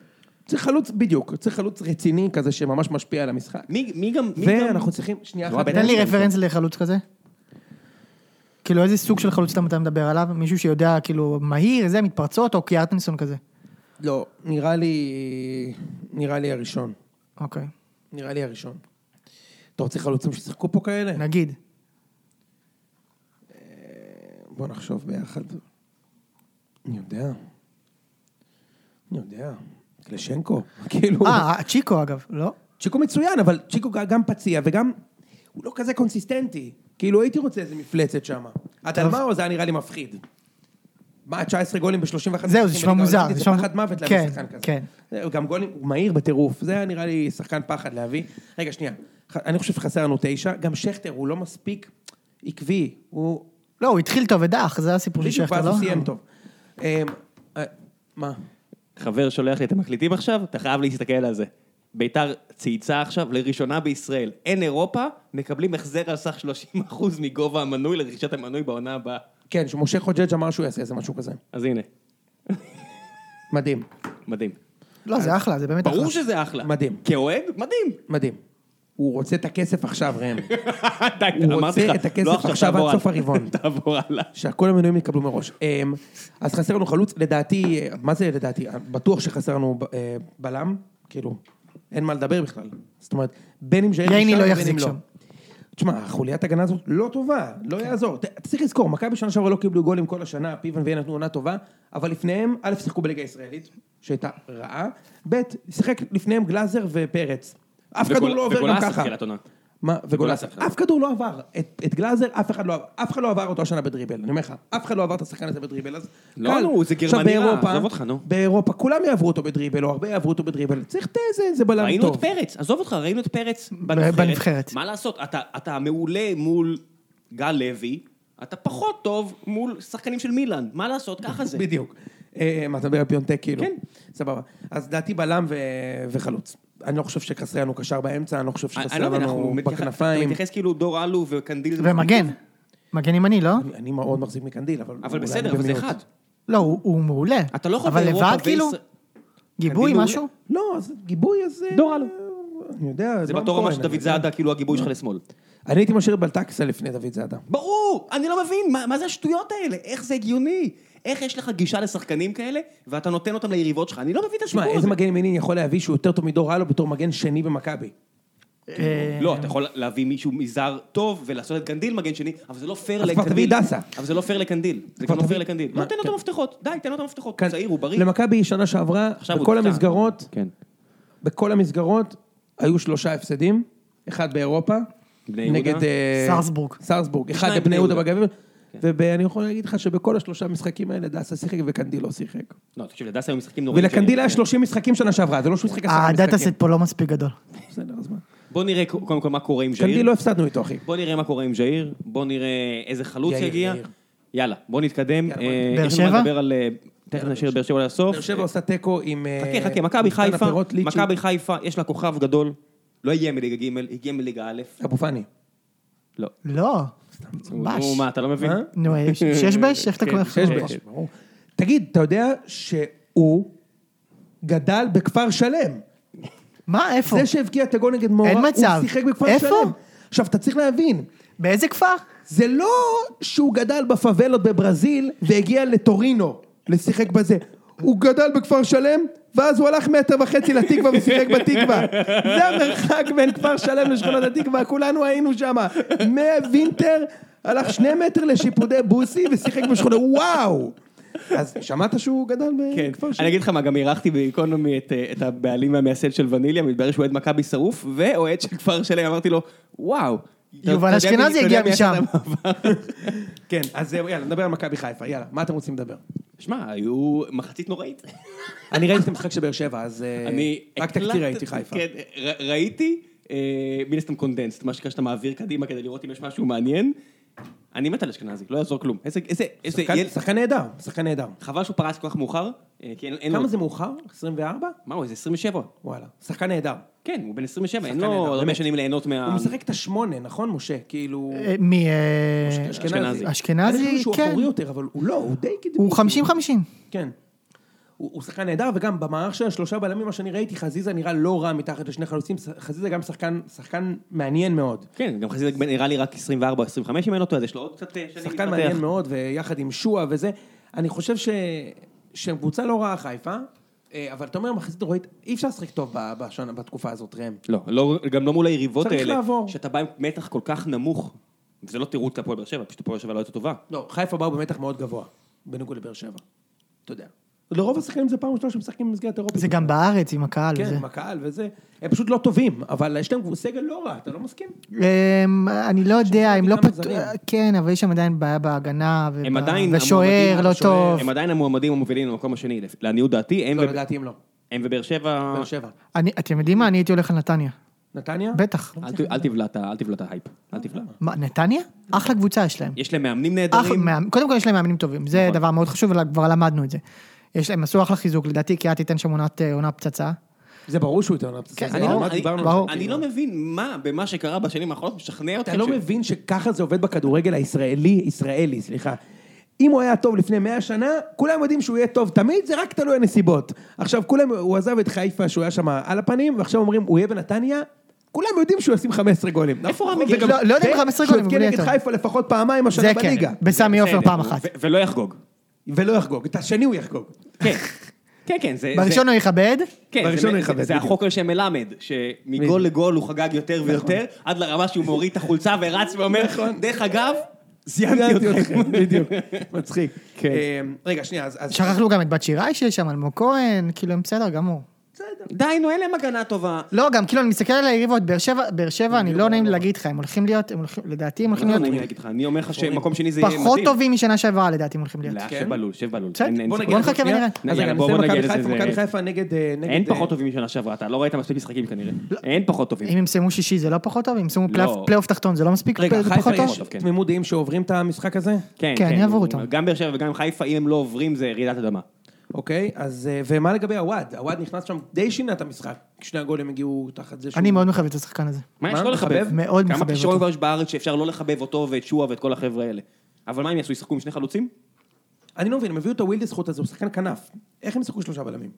צריך חלוץ, בדיוק, צריך חלוץ רציני כזה שממש משפיע על המשחק.
מי מי גם... מי גם-
ואנחנו צריכים, שנייה
זו
אחת,
הבעיה.
תן לי רפרנס לחלוץ כזה. כאילו איזה סוג של חלוץ אתה מדבר עליו? מישהו שיודע כאילו מהיר, זה, מתפרצות, או קיארטנסון כזה.
לא, נראה לי, נראה לי הראשון.
אוקיי.
נראה לי הראשון. אתה רוצה חלוצים ששיחקו פה כאלה?
נגיד.
בוא נחשוב ביחד. אני יודע. אני יודע. קלשנקו, כאילו...
אה, צ'יקו אגב, לא?
צ'יקו מצוין, אבל צ'יקו גם פציע וגם... הוא לא כזה קונסיסטנטי. כאילו הייתי רוצה איזה מפלצת שם. הדלמאו זה היה נראה לי מפחיד. מה, 19 גולים ב-31?
זהו, זה נשמע מוזר, זה
זה
נשמע-
פחד מוות
כן,
להביא שחקן כזה.
כן.
זהו, גם גולים, הוא מהיר בטירוף. זה היה נראה לי שחקן פחד להביא. רגע, שנייה. ח- אני חושב שחסר לנו תשע. גם שכטר הוא לא מספיק עקבי. הוא...
לא, הוא התחיל טוב ודח, זה הסיפור של
בדיוק,
שכטר,
ואז
לא?
הוא סיים טוב. אמ, אה, מה?
חבר שולח לי את המקליטים עכשיו, אתה חייב להסתכל על זה. ביתר צייצה עכשיו, לראשונה בישראל, אין אירופה, מקבלים החזר על סך 30% מגובה המנוי לרכישת המנוי בעונה הבאה.
כן, שמשה חוג'ג' אמר שהוא יעשה איזה משהו כזה.
אז הנה,
מדהים.
מדהים.
לא, זה אחלה, זה באמת אחלה.
ברור שזה אחלה.
מדהים.
כאוהד, מדהים.
מדהים. הוא רוצה את הכסף עכשיו, ראם.
די,
הוא
אמרתי
רוצה
לך,
את הכסף
לא עכשיו,
עכשיו עד
תעבור הלאה.
סוף הרבעון.
תעבור הלאה.
שכל המנויים יקבלו מראש. אמ, אז חסר לנו חלוץ, לדעתי, אה, מה זה לדעתי? בטוח שחסר לנו ב- אה, בלם, כאילו, אין מה לדבר בכלל. זאת אומרת, בין אם שאין
ייני לא יחזיק שם. כן.
תשמע, חוליית הגנה הזאת לא טובה, לא יעזור. ת- אתה צריך לזכור, מכבי שנה שעברה לא קיבלו גולים כל השנה, פיבן ויהיה נתנו עונה טובה, אבל לפניהם, א', שיחקו בליגה הישראלית, שהייתה רעה, ב', שיחק לפניהם גלאזר ופרץ. אף כדור
וגול-
לא עובר גם
וגולסה
ככה.
תחילת עונה.
מה, וגולסה.
וגולסה.
אף כדור לא עבר. את, את גלאזר, אף אחד לא עבר. אף אחד לא עבר אותו השנה בדריבל, אני אומר לך. אף אחד לא עבר את השחקן הזה בדריבל, אז...
לא,
קל.
נו, זה
עכשיו,
גרמני רע,
באירופה-
עזוב אותך, נו.
באירופה כולם יעברו אותו בדריבל, או הרבה יעברו אותו בדריבל. צריך את איזה, איזה בלם טוב.
ראינו את פרץ, עזוב אותך, ראינו את פרץ בנבחרת.
בנבחרת.
מה לעשות, אתה- אתה מעולה מול גל לוי, אתה פחות טוב מול שחקנים של מילאן, מה לעשות, ככה זה.
בדיוק. אה, מה, אתה מדבר על פיונטק כאילו?
כן.
סבבה. אז דעתי בלם ו... וחלוץ. אני לא חושב שחסר לנו קשר באמצע, אני לא חושב
אני-
שחסר
אני לא מבין, אנחנו
לנו
מתייחס- אתה
בכנפיים.
מתייחס כאילו דור אלו וקנדיל. זה
ומגן. מגן ימני, לא?
אני- אני מאוד מחזיק מקנדיל, אבל...
אבל
אולי
בסדר, אבל זה
במיעוט.
אחד.
לא, הוא הוא מעולה.
אתה לא יכול
אבל
באירופה
לבד כאילו,
וישראל-
גיבוי,
קדימה,
משהו?
לא, אז גיבוי, אז... אה,
דור אלו.
אני יודע, לא
זה
לא
נועם
בתור רמה
כהן,
של
אני
דוד
יודע.
זאדה, כאילו הגיבוי שלך
אה.
לשמאל.
אני הייתי משאיר את בלטקסה לפני דוד זאדה.
ברור, אני לא מבין, מה- מה זה השטויות האלה? איך זה הגיוני? איך יש לך גישה לשחקנים כאלה, ואתה נותן אותם ליריבות שלך? אני לא מבין את הסיפור
תשמע,
הזה.
איזה מגן ימיני יכול להביא שהוא יותר טוב מדור אלו בתור מגן שני במכבי?
אה,
לא, אתה יכול להביא מישהו מזר טוב ולעשות את קנדיל מגן שני, אבל זה לא פייר
אז כבר
לקנדיל.
תביא דסה.
אבל זה לא פייר לקנדיל. זה
כבר
גם לא פייר
תביא-
לקנדיל.
מה,
לא, תן לו את
כן.
המפתחות. די, תן לו את המפתחות.
כאן-
הוא צעיר, הוא בריא.
כן. למכבי שנה שעברה,
עכשיו הוא
בכל
נפצע.
המסגרות,
כן.
בכל המסגרות היו שלושה הפסדים, אחד באירופה,
בני יהודה?
נגד... אה,
סרסבורג.
סרסבורג, אחד
שניים
לבני יהודה
בני כן.
בגביע, ואני יכול להגיד לך שבכל השלושה המשחקים האלה דסה שיחק וקנדיל לא שיחק.
לא, תקשיב, לדסה היו משחקים נוראים.
ולקנדיל היה
כן.
30 משחקים שנה שעברה, זה לא שהוא שיחק עשרה
הדאטה סט
משחקים.
פה לא מספיק גדול.
בסדר, אז מה?
בוא נראה קודם כל מה קורה עם
קנדיל
ז'איר.
לא הפסדנו איתו, אחי.
בוא נראה מה קורה עם ז'איר. בוא נראה איזה חלוץ
יאיר,
יגיע.
יאיר.
יאללה, בוא נתקדם.
יאללה,
אה,
באר
יש לנו מה
שבע?
לדבר על... אה, תכף נשאיר את באר שבע לסוף.
באר שבע עושה תיקו עם... אה,
חכה, חכה, מכבי
מתן
חיפה,
הפירות, ליצ'י,
מכבי חיפה, יש לה כוכב גדול. לא הגיע מליגה ג', הגיע מליגה א'.
אבו פאני.
לא.
לא.
הוא-
בש.
הוא- מה, אתה לא מבין?
מה?
נו, אה, ש- שש בש? איך אתה
כן,
קורא
שש
לך?
בש.
ממש, ברור. תגיד, אתה יודע שהוא גדל בכפר שלם?
מה, איפה?
זה שהבקיע את הגול נגד מורה,
אין מצב.
הוא שיחק בכפר
איפה?
שלם. עכשיו, אתה צריך להבין,
באיזה כפר?
זה לא שהוא גדל בפאבלות בברזיל והגיע לטורינו לשחק בזה. הוא גדל בכפר שלם, ואז הוא הלך מטר וחצי לתקווה ושיחק בתקווה. זה המרחק בין כפר שלם לשכונת התקווה, כולנו היינו שם. מווינטר הלך שני מטר לשיפודי בוסי ושיחק בשכונה, וואו! אז שמעת שהוא גדל
כן,
בכפר שלם?
אני אגיד לך מה, גם אירחתי באיקונומי את, אה, את הבעלים והמייסד של וניליה, מתברר שהוא אוהד מכבי שרוף, ואוהד של כפר שלם, אמרתי לו, וואו. אתה-
יובל
אתה יודע מי-
אשכנזי
אתה יודע
הגיע
מי עשה את
משם."
המעבר?
כן, אז זהו, יאללה, נדבר על מכבי חיפה, יאללה, מה אתם רוצים לדבר?
שמע, היו מחצית נוראית.
אני ראיתי את המשחק של באר שבע, אז אה,
אני
רק תקציר
הקלטתי-
ראיתי חיפה.
כן, ר- ראיתי, אה, מן הסתם קונדנסט, מה שנקרא שאתה מעביר קדימה כדי לראות אם יש משהו מעניין. אני מת על אשכנזי, לא יעזור כלום. איזה, איזה, איזה,
שחקן-
ילד-
שחקן נהדר, שחקן נהדר.
חבל שהוא פרץ כל כך מאוחר, אה, כי אין אין לו...
כמה זה מאוחר? 24?
מה הוא, איזה 27?
וואלה. שחקן נהדר.
כן, הוא בן 27, אין
שחקן
לו
נהדר,
הרבה
באמת.
שנים ליהנות מה...
הוא משחק את השמונה, נכון, משה? כאילו...
אה, מי... אה,
אשכנזי.
אני חושב
אשכנזי,
שהוא
כן.
אחורי יותר, אבל הוא לא, הוא די קדמי.
הוא 50-50.
כן. הוא הוא שחקן נהדר, וגם במערך של השלושה בלמים, מה שאני ראיתי, חזיזה נראה לא רע מתחת לשני חלוצים, חזיזה גם שחקן, שחקן מעניין מאוד.
כן, גם חזיזה נראה לי רק 24 או 25 אם אני לא טועה, אז יש לו עוד קצת אה, שנים
שחקן מעניין מאוד, ויחד עם שועה וזה. אני חושב ש... שהם קבוצה לא רעה חיפה, אה, אבל אתה אומר, מחצית רועית, אי אפשר לשחק טוב ב- בשנה, בתקופה הזאת, ראם.
לא, לא, גם לא מול היריבות
צריך
האלה.
לעבור.
שאתה בא עם מתח כל כך נמוך, זה לא תירוץ להפועל באר שבע, פשוט הפועל באר שבע לא הייתה טובה.
לא, חיפה באו במתח מאוד גבוה, בניגוד לבאר שבע. אתה יודע. לרוב השחקנים זה פעם ראשונה שמשחקים במסגרת אירופית.
זה גם בארץ עם הקהל
כן,
וזה.
עם הקהל וזה. הם פשוט לא טובים, אבל יש להם סגל לא רע, אתה לא מסכים?
אמ, אני לא יודע, הם לא
כמה
פתוח...
זרים.
כן, אבל יש שם עדיין בעיה בהגנה,
הם
וב-
עדיין...
ושוער
המועמדים-
לא
השוער-
טוב.
הם עדיין המועמדים המובילים למקום השני, לפ- לעניות דעתי, הם אה.
לא,
ו-
לדעתי הם לא.
הם ובאר שבע...
באר שבע.
אני- אתם יודעים מה? אני הייתי הולך לנתניה.
אה?
נתניה?
בטח.
אל ת- אל תבלע את ה- אל תבלע את ההייפ, אל תבלע.
מה, נתניה? אחלה קבוצה יש להם.
יש להם מאמנים
אחלה,
נהדרים,
מאמ- קודם כל יש להם מאמנים טובים, זה
נכון.
דבר מאוד חשוב, אלא כבר למדנו את זה. יש להם, עשו אחלה חיזוק, לדעתי קיאט תיתן שם עונת אה, עונה
לא
פצצה.
זה ברור שהוא יותר נפצצה.
אני לא- אני-
ברור.
אני לא מבין מה במה שקרה בשנים האחרונות משכנע אתכם
אתה לא
ש-
מבין שככה זה עובד בכדורגל הישראלי, ישראלי, סליחה. אם הוא היה טוב לפני 100 שנה, כולם יודעים שהוא יהיה טוב תמיד, זה רק תלוי הנסיבות. עכשיו, כולם, הוא עזב את חיפה שהוא היה שם על הפנים, ועכשיו אומרים, הוא יהיה בנתניה, כולם יודעים שהוא ישים 15 גולים. נכון? איפה
רמי גרשון?
לא, לא יודע אם 15 גולים,
כן? שהוא
אבל
יבקיע
יהיה
נגד
טוב.
חיפה לפחות פעמיים השנה
זה כן,
בליגה.
בסמי עופר
בסדר,
פעם
ו-
אחת.
ו- ולא יחגוג.
ולא יחגוג, את השני הוא יחגוג.
כן, כן, כן, זה...
בראשון הוא יכבד,
כן,
בראשון
זה-
הוא
זה-
יכבד,
זה
בדיוק.
החוקר שמלמד, שמגול
בדיוק. נכון.
לגול הוא חגג יותר ויותר, עד לרמה שהוא מוריד את החולצה ורץ ואומר, דרך אגב, זיינתי אתכם.
בדיוק, מצחיק.
כן.
אה, רגע, שנייה, אז- אז...
שכחנו גם את בת שיראי שיש שם, אלמוג כהן, כאילו הם בסדר גמור.
די, נו, אין להם הגנה טובה.
לא, גם כאילו אני מסתכל על היריבות, באר שבע, באר שבע, אני לא נעים לי להגיד לך, הם הולכים להיות, הם הולכים, לדעתי הם הולכים
לא נעים לי
להיות
להגיד לך, אני אומר לך שמקום שני זה יהיה מדהים.
פחות טובים משנה שעברה, לדעתי הם הולכים להיות.
לא,
כן?
שב בלול, שב בלול.
בסדר,
אין- אין
בוא
סיכוי.
נגיד,
נגיד, חכה ונראה.
אז
יאללה,
רגע,
בוא-
נסיים
בוא נגיע
מכבי
לזה,
חיפה,
זה-
מכבי חיפה נגד... אה, נגד,
אין
אה,
פחות טובים משנה שעברה, אתה לא ראית מספיק משחקים כנראה. אין פחות טובים.
לא. אם הם סיימו שישי זה לא פחות טוב, אם סיימו
לא.
פלייאוף- פלייאוף תחתון זה לא מספיק
רגע,
פחות
חיפה
טוב?
יש
טוב, כן.
תמימות דעים שעוברים את המשחק הזה?
כן,
כן, יעברו
הוא-
אותם.
גם באר שבע וגם חיפה, אם הם לא עוברים זה רעידת אדמה.
אוקיי, אז... אה, ומה לגבי עווד? עווד נכנס שם, די שינה את המשחק. שני הגולים הגיעו תחת זה שהוא...
אני מאוד מחבב את השחקן הזה.
מה
מה,
יש לא
מחבב?
לחבב?
מאוד
כמה
מחבב
קישור
אותו.
כבר יש בארץ שאפשר לא לחבב אותו ואת שועה ואת כל החבר'ה האלה. אבל מה הם יעשו, ישחקו עם שני חלוצים?
אני לא מבין, הם הביאו את הווילדס חוט הזה, הוא שחקן כנף. איך הם שיחקו שלושה בלמים?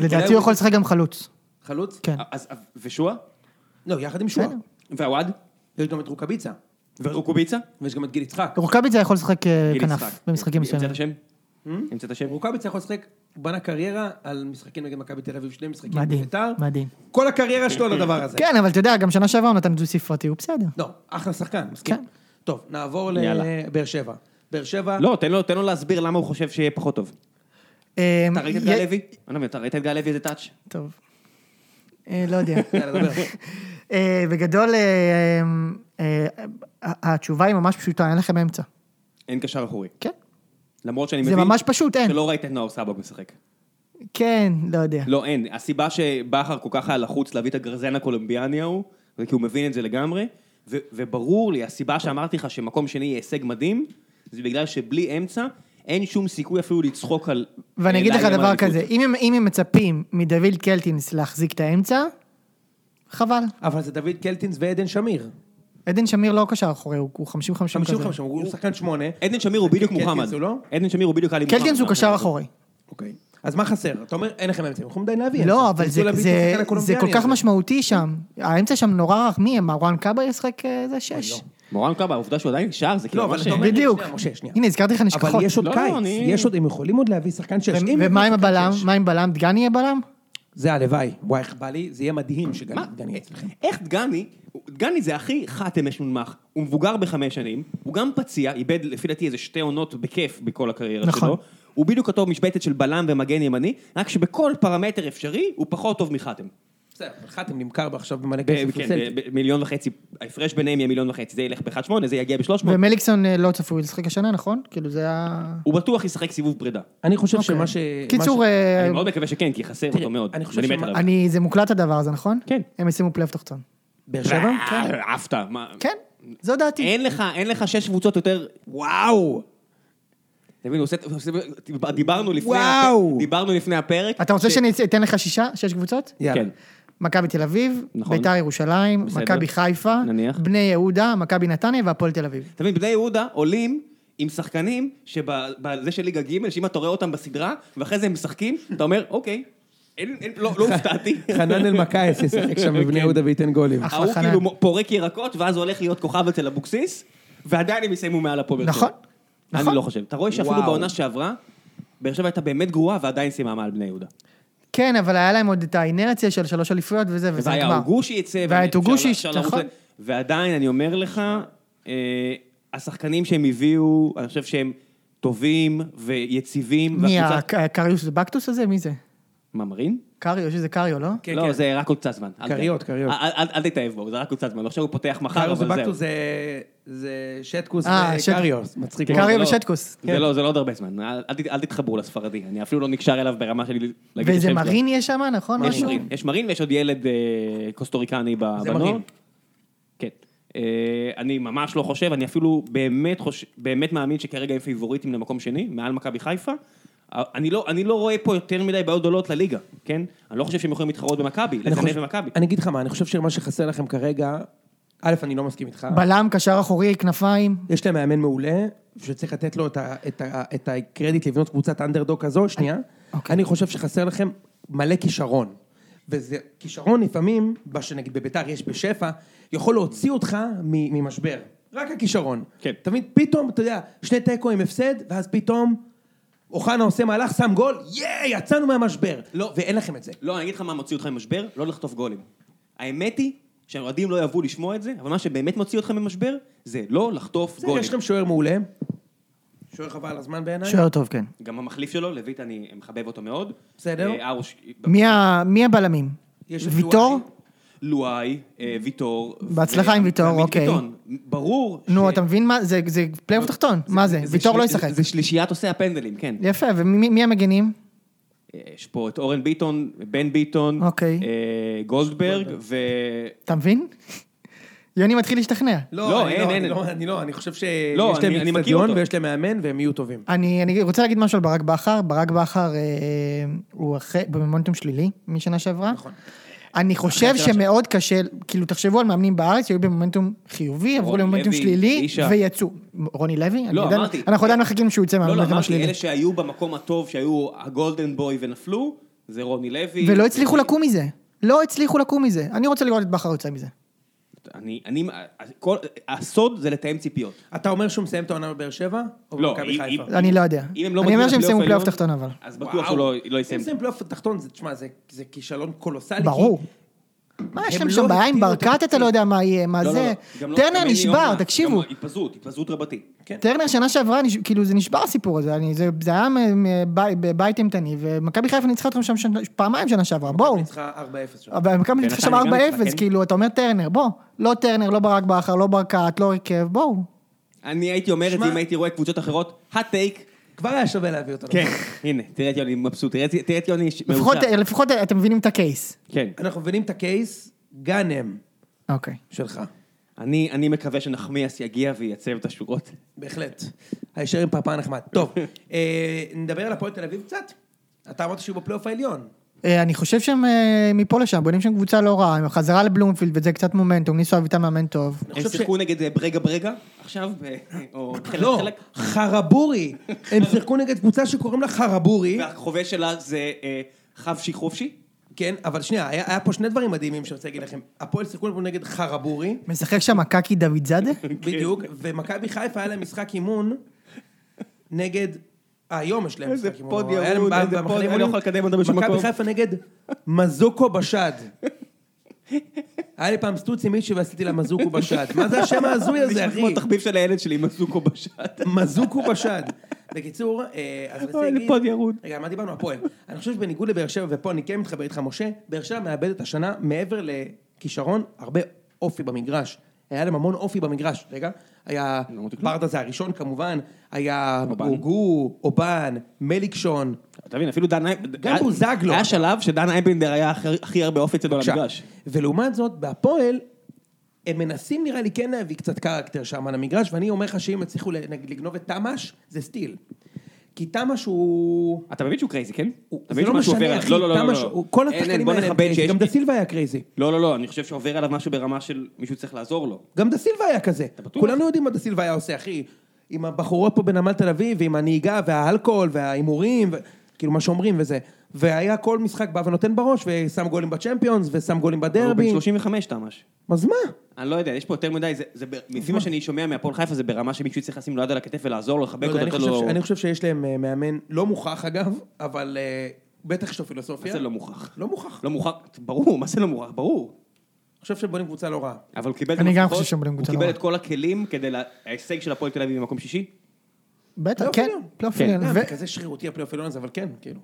לדעתי הוא יכול לשחק גם חלוץ.
חלוץ?
כן.
אז, ושועה?
לא, יחד עם שועה.
בסדר.
ועווד?
יש גם את רוקאביצה,
ורוקוביצה?
ויש גם את גיל יצחק.
רוקאביצה יכול לשחק אה,
גיל
כנף
יצחק.
במשחקים
המצאת
מסוימים.
השם?
Hmm?
המצאת השם?
רוקאביצה יכול לשחק, הוא בנה קריירה על משחקים נגד מכבי תל אביב, שני משחקים
מדהים,
בביתר.
מדהים.
כל הקריירה שלו על הדבר הזה.
כן, אבל אתה יודע, גם שנה שעברה הוא נתן דו ספרתי, הוא בסדר.
לא, אחלה שחקן, מסכים.
כן.
טוב, נעבור
יאללה.
לבאר שבע. באר שבע,
לא, תן לו- תן לו להסביר למה הוא חושב שיהיה פחות טוב.
אמ,
אתה ראית את
יה-
גל לוי? אני לא מבין, אתה ראית את גל לוי איזה טאץ'?
טוב. אה, לא יודע.
יאללה, דבר.
אה, בגדול, אה, אה, אה, התשובה היא ממש פשוטה, אין לכם אמצע.
אין קשר אחורי.
כן.
למרות שאני
זה
מבין...
ממש פשוט, אין.
שלא ראית את נאור סבג משחק.
כן, לא יודע.
לא, אין. הסיבה שבכר כל כך היה לחוץ להביא את הגרזן הקולומביאני ההוא, זה כי הוא מבין את זה לגמרי, ו- וברור לי, הסיבה שאמרתי לך שמקום שני יהיה הישג מדהים, זה בגלל שבלי אמצע, אין שום סיכוי אפילו לצחוק על...
ואני אגיד
אה,
לך
לילה
דבר
מהאליפות.
כזה, אם הם- אם הם מצפים מדוד קלטינס להחזיק את האמצע, חבל.
אבל זה דוד קלטינס ועדן שמיר.
עדן שמיר לא קשר אחורי, הוא הוא 50-50 כזה.
55, הוא שחקן שמונה.
עדן שמיר הוא בדיוק
קלטינס
מוחמד.
הוא לא?
עדן שמיר הוא בדיוק היה לי מוחמד.
קלטינס הוא קשר אחורי.
אוקיי. אז מה חסר? אתה אומר, אין לכם אמצעים, יכולים עדיין להביא.
לא,
אמצעים.
אבל
תרצו
זה-
להביא את
זה-
השחקן
זה
הקולומביאני
כל כך
הזה.
משמעותי שם. האמצע שם נורא רך. מי, מרואן קאבה ישחק אה, זה שש?
מורן קאבה, העובדה שהוא עדיין שר, זה כאילו
לא, אבל
ממש...
אתה אומר,
בדיוק.
שנייה, משה, שנייה.
הנה, הזכרתי לך נשכחות.
אבל יש עוד
לא, לא,
קיץ,
אני-
יש עוד, הם יכולים עוד להביא שחקן שש. אם
ומה עם
שחקן
הבלם?
שש.
מה עם בלם? דגני יהיה בלם?
זה הלוואי. וואי, איך בא לי, זה יהיה מדהים
מה?
שגני יהיה אצלכם.
איך דגני, דגני זה הכי חאתם משונמך, הוא מבוגר בחמש שנים, הוא גם פציע, איבד לפי דעתי איזה שתי עונות בכיף בכל הקריירה
נכון.
שלו, הוא בדיוק אותו משבצת של בלם ומגן ימני, רק שבכל פרמטר אפשרי הוא פחות טוב מחאתם.
בסדר, חתם נמכר בה עכשיו במלא כסף.
כן,
לסלטיק.
ב- ב- מיליון וחצי, ההפרש ביניהם יהיה מיליון וחצי, זה ילך ב-1.8, זה יגיע ב-300,
ומליקסון אה, לא צפוי לשחק השנה, נכון? כאילו זה היה...
הוא בטוח ישחק סיבוב פרידה.
אני חושב
אוקיי.
שמה ש...
קיצור,
מה ש-
אה,
אני מאוד מקווה שכן, כי חסר
תראה,
אותו מאוד.
אני חושב
ואני מת
שמה-
עליו.
אני, זה מוקלט הדבר הזה, נכון?
כן.
הם ישימו פלייאוף תחתון.
באר שבע? כן.
אה, עפת. מה-
כן, זו דעתי.
אין לך, אין לך שש קבוצות יותר, וואו. אתה מבין, הוא עושה, הוא עושה- דיברנו לפני,
וואו.
הפ- דיברנו לפני הפרק.
אתה רוצה
ש-
שאני אתן לך שישה, שש קבוצות?
יאללה.
כן.
מכבי תל אביב,
נכון.
ביתר ירושלים,
בסדר.
מכבי חיפה,
נניח.
בני יהודה, מכבי נתניה והפועל תל אביב.
אתה מבין, בני יהודה עולים עם שחקנים שבזה של ליגה ג', שאם אתה רואה אותם בסדרה, ואחרי זה הם משחקים, אתה אומר, אוקיי, אין, אין, לא, לא הופתעתי.
חנן אלמקייס ישחק שם
כן.
בבני יהודה וייתן גולים.
אחלה
ההוא
חנן.
כאילו פורק ירקות, ואז הולך להיות כוכב אצל אבוקסיס, ועדיין הם יסיימו מעל הפועל באר שבע.
נכון, נכון.
אני לא חושב. אתה רואה שאפילו
וואו.
בעונה שעברה, באר שבע הייתה באמת גרועה, ועדיין סיימה מעל בני יהודה.
כן, אבל היה להם עוד את האינרציה של שלוש אליפויות וזה, וזה
והיה
נגמר.
הוגו שיצא.
והיה את
אפשר-
הוגושי,
אפשר לרוץ
נכון.
ל- ועדיין, אני אומר לך, אה, השחקנים שהם הביאו, אני חושב שהם טובים ויציבים.
מי,
והקבוצה-
הק- הקריוס ובקטוס הזה? מי זה?
מה, מרין?
קריו, יש איזה קריו, לא?
כן,
לא,
כן.
זה רק עוד קצת זמן. אל
קריות,
ת-
קריות.
אל- אל אל תתאהב בו, זה רק עוד קצת זמן. לא עכשיו הוא פותח מחר,
קריוס
אבל
ובקטו
זהו.
זה- זה שטקוס
אה, שט-
וקריוס. מצחיק.
כן, זה
קריו
לא-
ושטקוס.
זה לא, זה לא עוד הרבה זמן. אל- אל ת- אל תתחברו לספרדי. אני אפילו לא נקשר אליו ברמה שלי להגיד את השם
ואיזה
שלו.
מרין יש שם, נכון?
יש
משהו?
מרין. יש מרין ויש עוד ילד אה, קוסטוריקני ב-
זה
בנוער.
מרין.
כן. אה, אני ממש לא חושב, אני אפילו באמת חושב, באמת מאמין שכרגע הם פייבוריטים למקום שני, מעל מכבי חיפה. אה, אני לא, אני לא רואה פה יותר מדי בעיות גדולות לליגה, כן? אני לא חושב שהם יכולים להתחרות במכבי,
אני
לזנב
חושב-
במכבי.
אני אגיד לך מה, אני חושב שמה שחסר לכם כרגע, א', אני לא מסכים איתך.
בלם, קשר אחורי, כנפיים.
יש להם מאמן מעולה, שצריך לתת לו את, ה, את, ה, את הקרדיט לבנות קבוצת אנדרדוג כזו, שנייה.
אוקיי.
אוקיי. אני חושב שחסר לכם מלא כישרון. וזה כישרון לפעמים, מה שנגיד בביתר יש בשפע, יכול להוציא אותך מ- ממשבר. רק הכישרון.
כן.
אתה מבין? פתאום, אתה יודע, שני תיקו עם הפסד, ואז פתאום אוחנה עושה מהלך, שם גול, ייי, יצאנו מהמשבר. לא, ואין לכם את זה.
לא, אני אגיד לך מה מוציא אותך ממשבר, לא לחטוף גולים. האמת היא שהאוהדים לא יאהבו לשמוע את זה, אבל מה שבאמת מוציא אותך ממשבר, זה לא לחטוף
בסדר,
גולים.
יש לכם שוער מעולה. שוער חבל על הזמן בעיניי.
שוער טוב, כן.
גם המחליף שלו, לויט, אני מחבב אותו מאוד.
בסדר.
אה, ארוש...
מי ה- מי הבלמים?
יש את
ויטור?
לואי.
לואי, אה, ויטור.
בהצלחה
ו-
עם ויטור,
ועמית
אוקיי.
ביטון. ברור.
נו,
ש-
אתה מבין מה? זה זה פלייאוף תחתון, מה זה? ויטור
של-
לא ישחק.
זה שלישיית עושה הפנדלים, כן.
יפה, ומי מי המגנים?
יש פה את אורן ביטון, בן ביטון,
אוקיי.
אה, גולדברג, ו...
אתה מבין? יוני מתחיל להשתכנע.
לא,
אני
אין, אין,
אני
אין.
לא, אני לא, אני חושב
לא,
שיש
אני-
להם
אני מכיר
אצטדיון
אותו.
ויש להם מאמן והם יהיו טובים.
אני, אני רוצה להגיד משהו על ברק בכר, ברק בכר אה, הוא אחרי, במומנטום שלילי משנה שעברה. נכון. אני חושב שמאוד קשה, כאילו תחשבו על מאמנים בארץ שהיו במומנטום חיובי, עברו
רוני
למומנטום
לוי,
שלילי
אישה.
ויצאו. רוני לוי? אני
לא,
עדיין-
אמרתי.
אנחנו עדיין מחכים שהוא יצא
לא, לא,
מהמומנטום
אמרתי,
השלילי.
אלה שהיו במקום הטוב, שהיו הגולדן בוי ונפלו, זה רוני לוי.
ולא הצליחו לקום מזה. לא הצליחו לקום מזה. אני רוצה לראות את בכר יוצא מזה.
אני, אני, כל, הסוד זה לתאם ציפיות.
אתה אומר שהוא מסיים את העונה בבאר שבע? או
לא,
במכבי
אם-
חיפה?
אם-
אני לא יודע.
אם הם לא
אני
מגיעים
אומר שהם
לפלייאוף
יסיימו פלייאוף
עליון,
תחתון אבל.
אז בטוח
וואו.
שהוא לא, לא
אם
יסיים.
מסיים פלייאוף תחתון, זה- תשמע, זה- זה כישלון קולוסלי.
ברור.
כי-
מה יש
הם
להם
לא
שם בעיה עם
הגדילו את
ברקת, אתה לא
התקציב.
יודע מה יהיה, מה
לא, לא,
זה.
לא. גם לא- גם
טרנר
אין לי
נשבר,
אומץ.
תקשיבו.
גם התפזרות, התפזרות רבתי.
טרנר שנה שעברה, נש- כאילו זה נשבר הסיפור הזה, אני, זה, זה היה מ- מ- ב- בבית אימתני, ומכבי חיפה ניצחה אתכם שם שנה- פעמיים שנה שעברה, בואו.
ניצחה 4-0 שם.
אבל מכבי ניצחה שם
נתניה גם
4-0,
ניצחה, כן.
כאילו, אתה אומר טרנר, בוא. לא טרנר, לא ברק בכר, לא ברקת, לא הרכב, בואו.
אני הייתי אומר את
שמע-
זה אם הייתי רואה קבוצות אחרות, הטייק.
כבר היה שווה להביא אותו.
כן, הנה, תראה את יוני מבסוט, תראה את- תראה את יוני ש- מאושר.
לפחות, לפחות אתם מבינים את הקייס.
כן.
נכון? אנחנו מבינים את הקייס, גאנם
אוקיי.
שלך.
אני אני מקווה שנחמיאס יגיע וייצב את השורות.
בהחלט. הישר עם פרפר נחמד. טוב, אה, נדבר על הפועל תל אביב קצת. אתה אמרת שהוא בפלייאוף העליון.
אה, אני חושב שהם אה, מפה לשם, בונים שם קבוצה לא רעה, עם חזרה לבלומפילד וזה קצת מומנטום, ניסו אביטן מאמן טוב.
הם
חושב ש-
שיחקו נגד אה, ברגה ברגה עכשיו, ב- או חלק
לא,
חלק.
חרבורי. הם שיחקו נגד קבוצה שקוראים לה חרבורי.
והחובש שלה זה אה, חבשי חופשי.
כן, אבל שנייה, היה, היה פה שני דברים מדהימים שאני רוצה להגיד לכם. הפועל שיחקו פה נגד חרבורי,
משחק שם הקקי דוד זאדה?
כן.
בדיוק, ומכבי חיפה היה להם משחק אימון נגד... אה, היום יש להם
איזה
משחק אימון.
פוד
אבל היה
ירוד,
להם
איזה
במחנה
פוד, אני לא
אימונים.
יכול לקדם אותם בשום
מכבי
מקום.
חיפה נגד מזוקו בשד. היה לי פעם סטוץ עם מישהו ועשיתי לה מזוקו בשד. מה זה השם ההזוי הזה,
נשמע
אחי?
כמו תחביב של הילד שלי, מזוקו בשד.
מזוקו בשד. בקיצור, אה, אז רציתי
אוי,
להגיד...
לפוד ירוד.
רגע, מה דיברנו? הפועל. אני חושב שבניגוד לבאר שבע, ופה אני כן מתחבר איתך, משה, באר שבע מאבדת השנה, מעבר לכישרון, הרבה אופי במגרש. היה להם המון אופי במגרש, רגע. היה
לא אמרתי כלום.
ברדה זה הראשון כמובן, היה
אובן.
אוגו, אובן, מליקשון.
אתה מבין, אפילו דן... אייב-
גם
היה-
בוזגלו.
היה שלב שדן אייבנדר היה הכי- הכי הרבה אופי אצלו על
בבקשה.
המגרש.
ולעומת זאת, בהפועל, הם מנסים נראה לי כן להביא קצת קרקטר שם על המגרש, ואני אומר לך שאם יצליחו נגיד, לגנוב את תמ"ש, זה סטיל. כי תמ"ש הוא...
אתה מבין שהוא קרייזי, כן?
הוא-
אתה מבין שמשהו עובר עליו. לא, לא, לא,
תמ"ש,
לא, לא.
הוא- כל
אין, אין,
השחקנים
בוא
האלה, הם
נכבד
קרייזי,
שיש-
גם דה סילבה היה קרייזי.
לא, לא, לא, אני חושב שעובר עליו משהו ברמה של מישהו צריך לעזור לו.
גם דה סילבה היה כזה.
בטוח?
כולנו יודעים מה דה סילבה היה עושה, אחי. עם הבחורות פה בנמל תל אביב, ועם הנהיגה, והאלכוהול, וההימורים, ו... כאילו מה שאומרים וזה. והיה כל משחק בא ונותן בראש, ושם גולים בצ'מפיונס, ושם גולים
הוא בן
בדרבי.
35 תמ"ש.
אז מה?
אני לא יודע, יש פה יותר מדי, זה- זה ב- לפי מה שאני שומע מהפועל חיפה זה ברמה שמישהו צריך לשים לו יד על הכתף ולעזור לו, לחבק
לא
אותו,
יודע, אני
לתת
חושב
לו...
ש- אני חושב שיש להם אה, מאמן לא מוכח אגב, אבל אה, בטח יש לו
מה
פילוסופיה.
זה לא מוכח?
לא מוכח.
לא מוכח, ברור, מה זה לא מוכח? ברור.
אני חושב שבונים קבוצה לא רעה.
אבל הוא קיבל את
אני גם
המפתחות,
חושב שהם בונים
הוא
קבוצה
קיבל
נורא.
את כל הכלים כדי לה- ההישג של הפועל תל אביב במקום שישי?
בטח,
פלייאוף
כן,
עליון.
פלייאוף
כן.
עליון.
לא אה,
ו-
זה כזה שרירותי הפלייאוף העליון הזה, אבל כן, כאילו.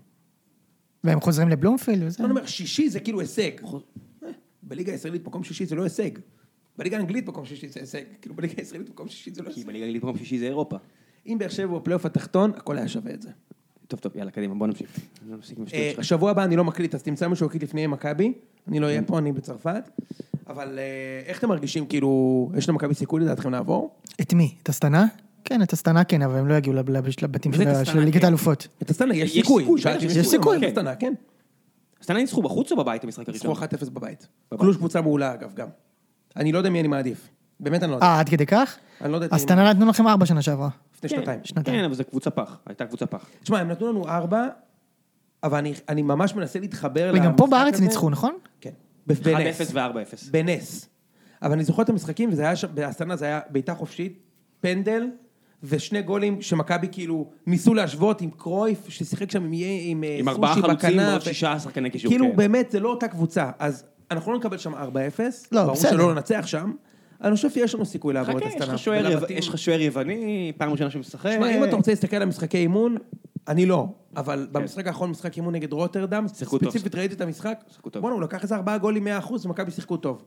והם חוזרים לבלומפילד וזה.
אני אומר, שישי זה כאילו הישג. אה, בליגה הישראלית מקום שישי זה לא הישג. בליגה האנגלית מקום שישי זה הישג. כאילו בליגה הישראלית מקום שישי זה לא
כי
הישג.
בליגה הגלית במקום שישי זה אירופה.
אם באר שבע הוא בפלייאוף התחתון, הכל היה שווה את זה.
טוב, טוב, יאללה, קדימה, בוא נמשיך. לא נפסיק עם השטויות
אה,
שלך.
שבוע הבא אני לא מקליט, אז תמצא מישהו להקליט לפני מכבי. אני לא אהיה פה, אני בצרפת. אבל אה, איך אתם מרגישים, כאילו, יש למכבי סיכוי לדעתכם לעבור?
את מי? את הסטנה? כן, את הסטנה כן, אבל הם לא יגיעו לב- לב- לבתים
אבל את
של ה-
הסטנה,
של ליגת
כן.
האלופות.
את הסטנה יש
יש סיכוי,
סיכוי,
בטח,
שאלתי
יש
אם יש
סיכוי,
סיכוי,
כן.
כן. הסטנה, כן.
סטנה ניצחו בחוץ או בבית המשחק
ניצחו
הראשון?
1-0 בבית.
בבית.
קלוש קבוצה מעולה אגב, גם. אני לא יודע מי אני מעדיף. באמת אני לא יודע.
אה, עד כדי כך?
אני לא יודע אם-
הסטנה נתנו לכם ארבע שנה שעברה.
לפני
כן,
שנתיים.
שנתיים.
כן, אבל זו קבוצה פח, הייתה קבוצה פח.
תשמע, הם נתנו לנו ארבע, אבל אני- אני ממש מנסה להתחבר
וגם פה
למשחק
בארץ
הזה.
ניצחו, נכון?
כן.
1-0
בנס.
ו-4-0.
בנס. אבל אני זוכר את המשחקים, וזה היה שם, באסטנה זה היה בעיטה חופשית, פנדל, ושני גולים שמכבי כאילו ניסו להשוות עם קרויף, ששיחק שם עם, יה- עם, אה,
עם ארבעה
סושי
חלוצים
בכנף,
ועוד
ו-
שישה שחקני קישור.
כאילו
כן.
באמת זה לא אותה קבוצה, אז אנחנו לא נקבל שם 4-0,
לא,
ברור
בסדר.
שלא ננצח שם, אני חושב שיש לנו סיכוי לעבור את
חכה, יש
הסטנה.
לך שוער יו-
ולבתים-
יש לך שוער יווני, פעם ראשונה שמשחק.
תשמע, אם אתה רוצה להסתכל על המשחקי אימון, אני לא, אבל במשחק האחרון, משחק אימון נגד רוטרדם,
כן. שיחקו טוב.
ספציפית ראיתי את המשחק,
שיחקו טוב.
בואנה, הוא לקח איזה ארבעה גולים 100%, ומכבי שיחקו טוב.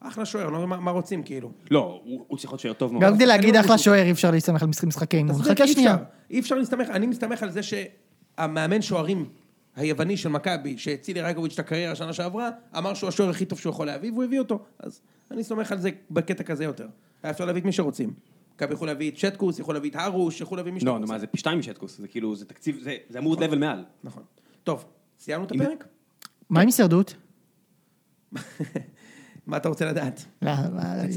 אחלה שוער, אני לא יודע מה- מה רוצים כאילו.
לא, הוא הוא צריך להיות שוער טוב מאוד.
גם כדי להגיד
לא
אחלה
ניסו.
שוער אי אפשר להסתמך על משחק- משחקי אימון.
אתה צודק,
חכה
אי
שנייה.
אפשר. אי אפשר להסתמך, אני מסתמך על זה שהמאמן שוערים היווני של מכבי, שהציל לרגוביץ' את הקריירה שנה שעברה, אמר שהוא השוער הכי טוב שהוא יכול להביא, והוא הביא אותו. אז אני סומך על זה בקטע כזה יותר. היה אפשר להביא את מי שרוצים. מכבי יכול להביא את שטקוס, יכול להביא את הרוש, יכול להביא מי
לא,
שרוצים.
נו, מה זה פי שתיים משטקוס, זה כאילו, זה תקציב, זה- זה אמור להיות לבל מעל.
נכון. טוב, סיימנו את
אם-
הפרק?
מה עם הישרדות?
מה אתה רוצה לדעת?
לא,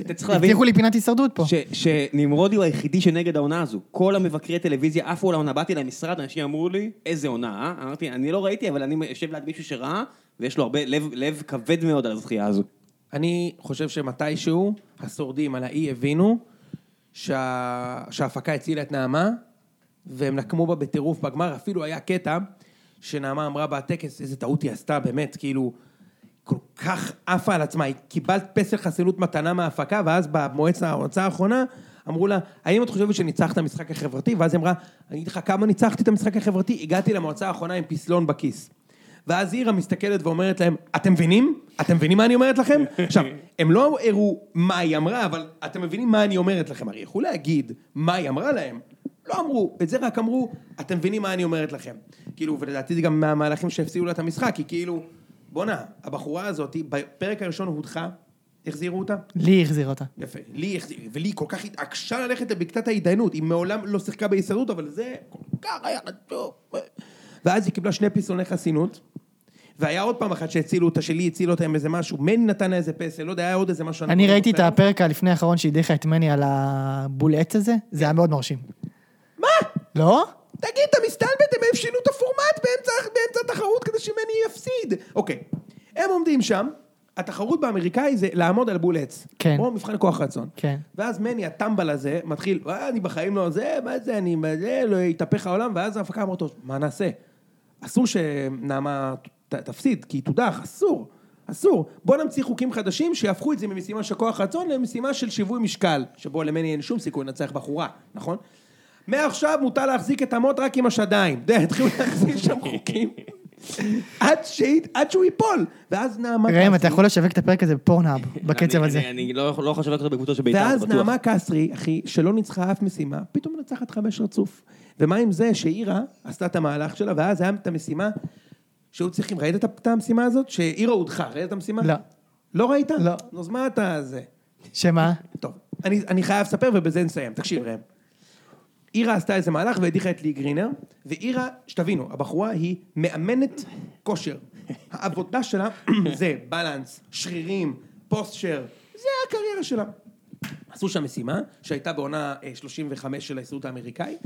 אתה צריך להבין-
הבטיחו לי פינת הישרדות פה.
ש- שנמרודי הוא היחידי שנגד העונה הזו. כל המבקרי טלוויזיה עפו על העונה, באתי למשרד, אנשים אמרו לי, איזה עונה, אה? אמרתי, אני לא ראיתי, אבל אני יושב ליד מישהו שראה, ויש לו הרבה, לב- לב כבד מאוד על הזכייה הזו.
אני חושב שמתישהו השורדים על האי הבינו שה... שההפקה הצילה את נעמה, והם נקמו בה בטירוף בגמר. אפילו היה קטע שנעמה אמרה בטקס, איזה טעות היא עשתה, באמת, כאילו, כל כך עפה על עצמה. היא קיבלת פסל חסינות מתנה מההפקה, ואז במועצת ההוצאה האחרונה אמרו לה, האם את חושבת שניצחת משחק החברתי? ואז היא אמרה, אני אגיד לך כמה ניצחתי את המשחק החברתי, הגעתי למועצה האחרונה עם פסלון בכיס. ואז אירה מסתכלת ואומרת להם, אתם מבינים? אתם מבינים מה אני אומרת לכם? עכשיו, הם לא הראו מה היא אמרה, אבל אתם מבינים מה אני אומרת לכם. הרי יכלו להגיד מה היא אמרה להם. לא אמרו, את זה רק אמרו, אתם מבינים מה אני אומרת לכם. כאילו, ולדעתי זה גם מהמהלכים שהפסיעו לה את המשחק, כי כאילו, בואנה, הבחורה הזאת, בפרק הראשון הודחה, החזירו אותה,
לי החזיר אותה.
יפה. לי, החזיר- ולי כל כך התעקשה ללכת לבקתת ההידיינות. היא מעולם לא שיחקה בהישרדות, אבל זה כל כך היה חשוב. ואז היא קיבלה שני פסלוני חסינות, והיה עוד פעם אחת שהצילו אותה, שלי הצילו אותה עם איזה משהו, מני נתן לה איזה פסל, לא יודע, היה עוד איזה משהו.
אני ראיתי את
לא זוכר.
הפרק הלפני האחרון שהדיחה את מני על הבול עץ הזה, זה היה מאוד מרשים.
מה?
לא?
תגיד, אתה מסתלבט, הם שינו את הפורמט באמצע, באמצע התחרות כדי שמני יפסיד. אוקיי, הם עומדים שם, התחרות באמריקאי זה לעמוד על בול עץ.
כן.
או מבחן כוח רצון.
כן.
ואז מני, הטמבל הזה, מתחיל, "אה, אני בחיים לא זה, מה זה, אני, מה זה, לא יתהפך העולם, ואז ההפקה אמרת לו, מה נעשה? אסור שנעמה ת- תפסיד, כי היא תודח, אסור. אסור. בוא נמציא חוקים חדשים שיהפכו את זה ממשימה של כוח רצון למשימה של שיווי משקל, שבו למני אין שום סיכוי לנצח בחורה, נכון? מעכשיו מותר להחזיק את המוט רק עם השדיים. אתה יודע, התחילו להחזיק שם חוקים. עד, שהיא- עד שהוא ייפול, ואז נעמה
ראם, אתה
כעסי-
יכול לשווק את הפרק הזה בפורנהאב, בקצב
אני-
הזה.
אני- אני לא יכול- לא יכול לשווק אותו בקבוצות של בית"ר, זה
ואז
בטוח.
נעמה כסרי, אחי, שלא ניצחה אף משימה, פתאום מנצחת חמש רצוף. ומה עם זה שאירה עשתה את המהלך שלה, ואז היה את המשימה שהיו צריכים, ראית את את המשימה הזאת? שאירה הודחה, ראית את המשימה?
לא.
לא ראית?
לא.
נו, אז מה אתה זה?
שמה?
טוב, אני, אני חייב לספר ובזה נסיים, תקשיב ראם. אירה עשתה איזה מהלך והדיחה את לי גרינר, ואירה, שתבינו, הבחורה היא מאמנת כושר. העבודה שלה זה בלנס, שרירים, פוסטשר, זה הקריירה שלה. עשו שם משימה, שהייתה בעונה אה, 35 של ההסתדרות האמריקאי,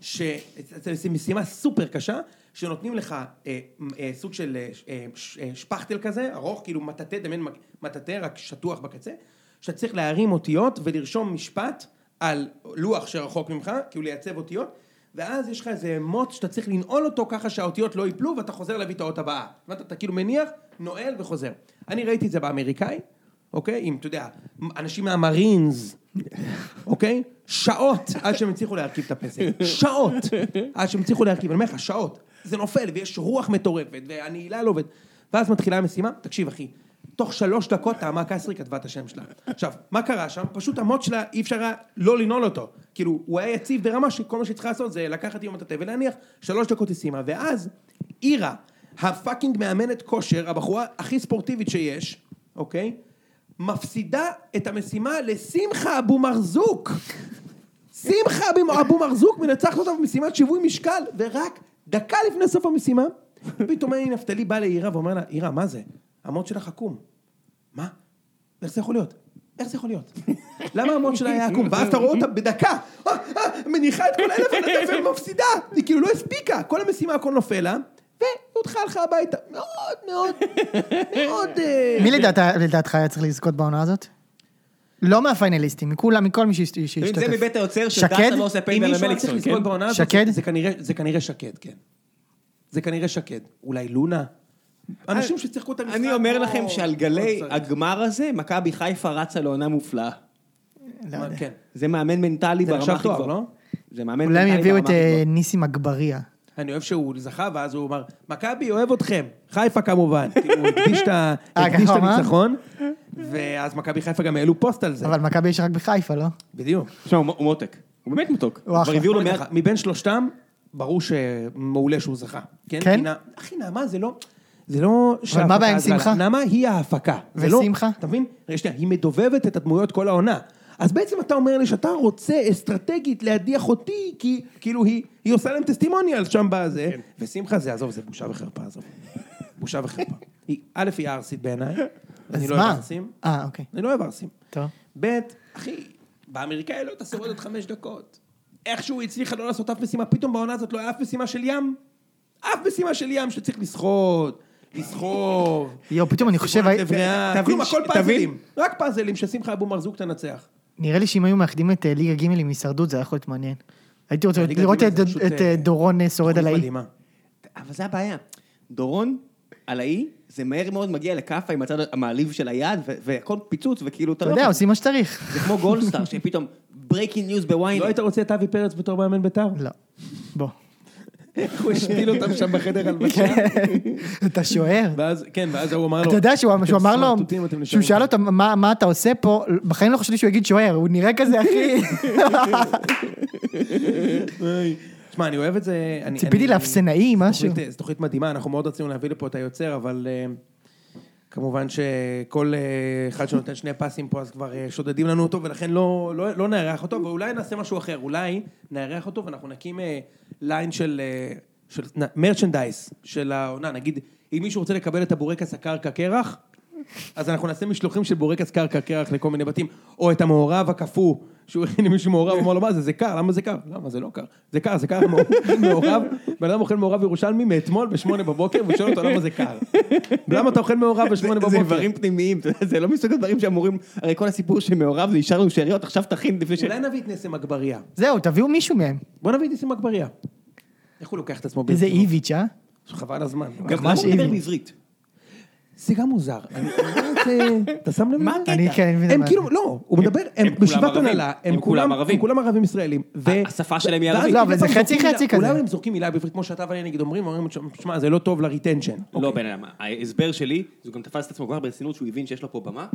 שזו משימה סופר קשה, שנותנים לך אה, מ- אה, סוג של אה, ש- אה, ש- אה, שפכטל כזה, ארוך, כאילו מטאטא, דמיין מק- מטאטא, רק שטוח בקצה, שאתה צריך להרים אותיות ולרשום משפט על לוח שרחוק ממך, כאילו לייצב אותיות, ואז יש לך איזה מוט שאתה צריך לנעול אותו ככה שהאותיות לא ייפלו, ואתה חוזר להביא את האות הבאה. ואתה אתה כאילו מניח, נועל וחוזר. אני ראיתי את זה באמריקאי, אוקיי? עם, אתה יודע, אנשים מהמרינס, אוקיי? שעות עד שהם הצליחו להרכיב את הפסק. שעות עד שהם הצליחו להרכיב. אני אומר לך, שעות. זה נופל, ויש רוח מטורפת, והנעילה לא עובדת. ואז מתחילה המשימה, תקשיב אחי, תוך שלוש דקות טעמה קסרי כתבה את השם שלה. עכשיו, מה קרה שם? פשוט המוט שלה, אי אפשר היה לא לנעול אותו. כאילו, הוא היה יציב ברמה שכל מה שהיא צריכה לעשות זה לקחת עם המטאטא ולהניח, שלוש דקות היא סיימה, ואז אירה, הפאקינג מאמנת כושר, הבחורה הכי ספורטיבית שיש, אוקיי? מפסידה את המשימה לשמחה אבו מרזוק. שמחה אבו- אבו מרזוק מנצחת אותה במשימת שיווי משקל, ורק דקה לפני סוף המשימה, פתאום אני נפתלי בא לאירה ואומר לה, אירה, מה זה? המוט שלך עקום. מה? איך זה יכול להיות? איך זה יכול להיות? למה המוט שלה היה עקום? ואז אתה רואה אותה בדקה, אה, אה, מניחה את כל אלף הנטפל ומפסידה. היא כאילו לא הספיקה, כל המשימה הכל נופל לה, והודחה הלכה הביתה. מאוד מאוד, מאוד... אה,
מי לדעת- לדעתך היה צריך לזכות בעונה הזאת? לא מהפיינליסטים, מכולם, מכל מי שהש-
תמיד זה
שהשתתף.
מבית היוצר של
שקד?
דסה לא עושה
אם
פנדל
מישהו היה צריך
למליקסון, כן?
לזכות בעונה הזאת,
שקד?
זה כנראה- זה כנראה שקד, כן. זה כנראה שקד. אולי לונה? אנשים ששיחקו את המשחק.
אני אומר
לא-
לכם שעל
לא
גלי
צריך.
הגמר הזה, מכבי חיפה רצה לעונה מופלאה.
לא יודע.
כן.
זה מאמן מנטלי
זה
ברמה הכי
נחשב תואר,
גבוהה.
לא?
זה מאמן
אולי הם
מנטלי
יביאו
ברמה
את
הכי
אה,
גבוהה.
ניסים אגבריה.
אני אוהב שהוא זכה, ואז הוא אמר, מכבי, אוהב אתכם. חיפה כמובן. כאילו, הוא הקדיש את ה-
אה,
הקדיש
ככה
את
הוא אמר?
הניצחון, ואז מכבי חיפה גם העלו פוסט על זה.
אבל מכבי יש רק בחיפה, לא?
בדיוק.
תשמע, הוא הוא מותק. הוא באמת מותק.
אה, הוא
כבר
אחלה.
הביאו לו
אומר
מעט...
לך, לא, מבין שלושתם, ברור שמעולה שהוא זכה. כן?
כן?
כי נע- אחי, נעמה זה לא... זה לא... שההפקה
מה הבעיה עם
עזרה לה.
שמחה?
נעמה היא ההפקה. זה לא-
ושמחה?
אתה מבין? רגע, שנייה, היא מדובבת את הדמויות כל העונה. אז בעצם אתה אומר לי שאתה רוצה אסטרטגית להדיח אותי, כי כאילו היא, היא עושה להם טסטימוניאל שם בזה.
כן.
ושמחה זה, עזוב, זה בושה וחרפה, עזוב. בושה וחרפה. היא, א', היא ערסית בעיניי. אני
אז
לא אוהב
מה?
ערסים.
אה, אוקיי.
אני לא אוהב ערסים.
טוב.
ב', אחי, באמריקאי לא הייתה שורדת חמש דקות. איכשהו היא הצליחה לא לעשות אף משימה, פתאום בעונה הזאת לא היה אף משימה של ים. אף משימה של ים שצריך לסחוב, לסחוב.
יואו, פתאום אני חושב, אה, הי-
לבריאה,
תבין
כלום,
ש-
הכל
תבין-
פאזלים. רק פאזלים ששמחה אבו מרזוק תנצח.
נראה לי שאם היו מאחדים את אה, ליגה ג' עם הישרדות, זה היה יכול להיות מעניין. הייתי רוצה
הליגה
לראות
ג'
את-
זה פשוט,
את אה,
אה,
דורון אה, שורד על האי.
מדהימה.
אבל זה הבעיה. דורון, על האי, זה מהר מאוד מגיע לכאפה עם הצד המעליב של היד, ו- והכל פיצוץ, וכאילו,
אתה
לא
יודע,
יכול-
עושים מה שצריך.
זה כמו גולדסטאר, שפתאום ברייקינג ניוז בוויינט.
לא היית רוצה את אבי פרץ בתור מאמן בית"ר?
לא. בוא.
איך הוא השפיל אותם שם בחדר הלבשה?
אתה שוער.
ואז, כן, ואז הוא אמר לו...
כן. אתה יודע שהוא שהוא
"אתם
אמר לו,
סמרטוטים, אתם
שהוא
נשארים
שאל
פה".
אותו "מה- מה אתה עושה פה, בחיים לא חשבתי שהוא יגיד שוער, הוא נראה כזה אחי.
היי. שמע, אני אוהב את זה. אני-
ציפיתי
אני-
לאפסנאי,
זו
משהו.
תוכנית- אה, זו תוכנית מדהימה, אנחנו מאוד רצינו להביא לפה את היוצר, אבל אה, כמובן שכל אה, אחד שנותן שני פסים פה, אז כבר אה, שודדים לנו אותו, ולכן לא- לא לא נארח אותו, ואולי נעשה משהו אחר, אולי נארח אותו ואנחנו נקים אה, ליין של... אה, של מרצ'נדייז של העונה, נגיד, אם מישהו רוצה לקבל את הבורקס הקרקע קרח, אז אנחנו נעשה משלוחים של בורקס קרקע קרח לכל מיני בתים, או את המעורב הקפוא, שהוא הכין למישהו מעורב, אמר לו, מה זה, זה קר, למה זה קר? למה זה לא קר? זה קר, זה קר, מעורב, בן אדם אוכל מעורב ירושלמי מאתמול בשמונה בבוקר, והוא שואל אותו למה זה קר. למה אתה אוכל מעורב בשמונה
זה
בבוקר?
איברים פנימיים, אתה יודע, זה לא מסוג הדברים שאמורים, הרי כל הסיפור שמעורב זה השארנו שאריות, עכשיו תכין לפני ש...
אולי נביא את נסם אגבריה.
זהו, תביאו מישהו מהם.
בוא נביא את נסם אגבריה. איך הוא לוקח את עצמו
איזה
ברצינות?
איביץ', אה?
חבל הזמן.
גם למה הוא
ממש
מדבר
איבי.
בעברית?
זה גם מוזר. אני- אני לא רוצה- אתה שם לב?
מה
לזה?
הקטע? אני כן, אני מבין
הם
מה
כאילו,
הקטע.
לא, הוא מדבר, הם
כולם
בשבעת
ערבים.
הנהלה,
הם
הם
כולם
כולם
ערבים.
הם כולם ערבים ישראלים. ו-
השפה שלהם היא
ואז
ערבית.
לא,
מדי
אבל זה
פעם
חצי
זורקים
חצי
מילה-
כזה.
אולי הם זורקים מילה בעברית, כמו שאתה ואני נגיד אומרים, אומרים, שמע, זה לא טוב לריטנשן.
לא בן אדם, ההסבר שלי, זה גם תפס את עצמו כבר ברצינות שהוא הבין שיש לו פה במה,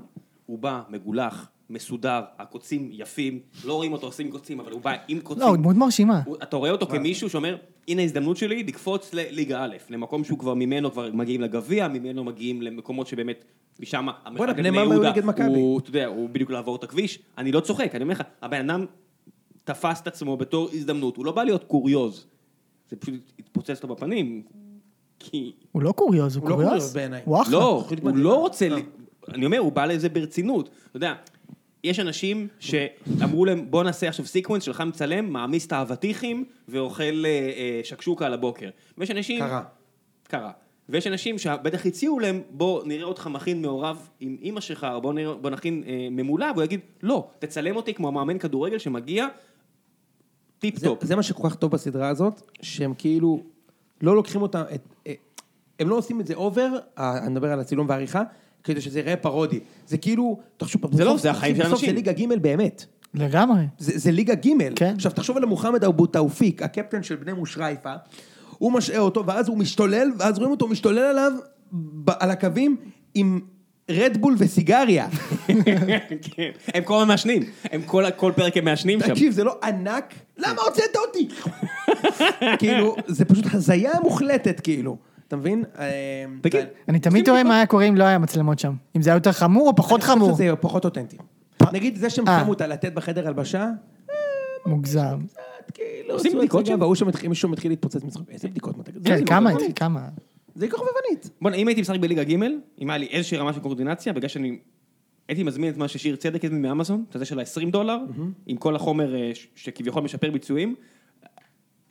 הוא בא מגולח, מסודר, הקוצים יפים, לא רואים אותו עושים קוצים, אבל הוא בא עם קוצים.
לא, הוא דמות מרשימה.
הוא- אתה רואה אותו כמישהו שאומר, הנה ההזדמנות שלי לקפוץ לליגה א', למקום שהוא כבר ממנו כבר מגיעים לגביע, ממנו מגיעים למקומות שבאמת, משם
בואנה,
המרחק
בני מאמה היו נגד מכבי.
הוא, אתה יודע, הוא בדיוק לעבור את הכביש, אני לא צוחק, אני אומר לך, הבן אדם תפס את עצמו בתור הזדמנות, הוא לא בא להיות קוריוז, זה פשוט התפוצץ לו בפנים, כי...
הוא לא קוריוז, הוא
הוא לא
קוריוז.
קוריוז בעיניי.
הוא אחלה.
לא,
זכות
הוא
מדהימה.
לא רוצה, ל- אני אומר, הוא בא לזה ברצינות. אתה יודע, יש אנשים שאמרו להם, בוא נעשה עכשיו סיקוונס שלך מצלם, מעמיס את האבטיחים ואוכל אה, אה, שקשוקה על הבוקר. ויש אנשים...
קרה.
קרה. ויש אנשים שבטח הציעו להם, בוא נראה אותך מכין מעורב עם אימא שלך, או בוא, נראה, בוא נכין אה, ממולא, והוא יגיד, לא, תצלם אותי כמו המאמן כדורגל שמגיע, טיפ
זה-
טופ.
זה מה שכל כך טוב בסדרה הזאת, שהם כאילו לא לוקחים אותה, את- אה, הם לא עושים את זה אובר, אה, אני מדבר על הצילום והעריכה, כדי שזה ייראה פרודי. זה כאילו, תחשוב,
זה לא,
בסוף-
זה החיים של
בסוף זה
אנשים.
ליגה ג' באמת.
לגמרי.
זה, זה ליגה ג'.
כן.
עכשיו, תחשוב על מוחמד אבו תאופיק, הקפטן של בני מושרייפה, הוא משעה אותו, ואז הוא משתולל, ואז רואים אותו משתולל עליו, ב- על הקווים, עם רדבול וסיגריה.
כן. הם כל הזמן מעשנים, הם כל, כל פרק הם מעשנים שם.
תקשיב, זה לא ענק, למה הוצאת אותי? כאילו, זה פשוט הזיה מוחלטת, כאילו. אתה מבין? אה,
תגיד,
אני תמיד תוהה מה היה קורה אם לא היה מצלמות שם. אם זה היה יותר חמור או פחות
אני
חמור.
חושב שזה פחות אותנטי. נגיד, זה שהם
אה.
שמו את הלתת בחדר הלבשה,
מוגזם.
קצת כאילו...
עושים
עשו את
בדיקות
זה,
שם?
והוא שם, התחיל- מישהו מתחיל להתפוצץ מצחוק. איזה בדיקות, מה תגיד?
כן,
זה לא נכון.
כמה,
חובבנית.
התחיל, כמה.
זה כוכבבנית.
בוא'נה, אם הייתי משחק בליגה ג', אם היה לי איזושהי רמה של קורדינציה, בגלל שאני... הייתי מזמין את מה ששיר צדק הזמין מאמזון, את זה של ה-20 דולר, עם כל החומר אה, ש- שכביכול משפר ביצועים,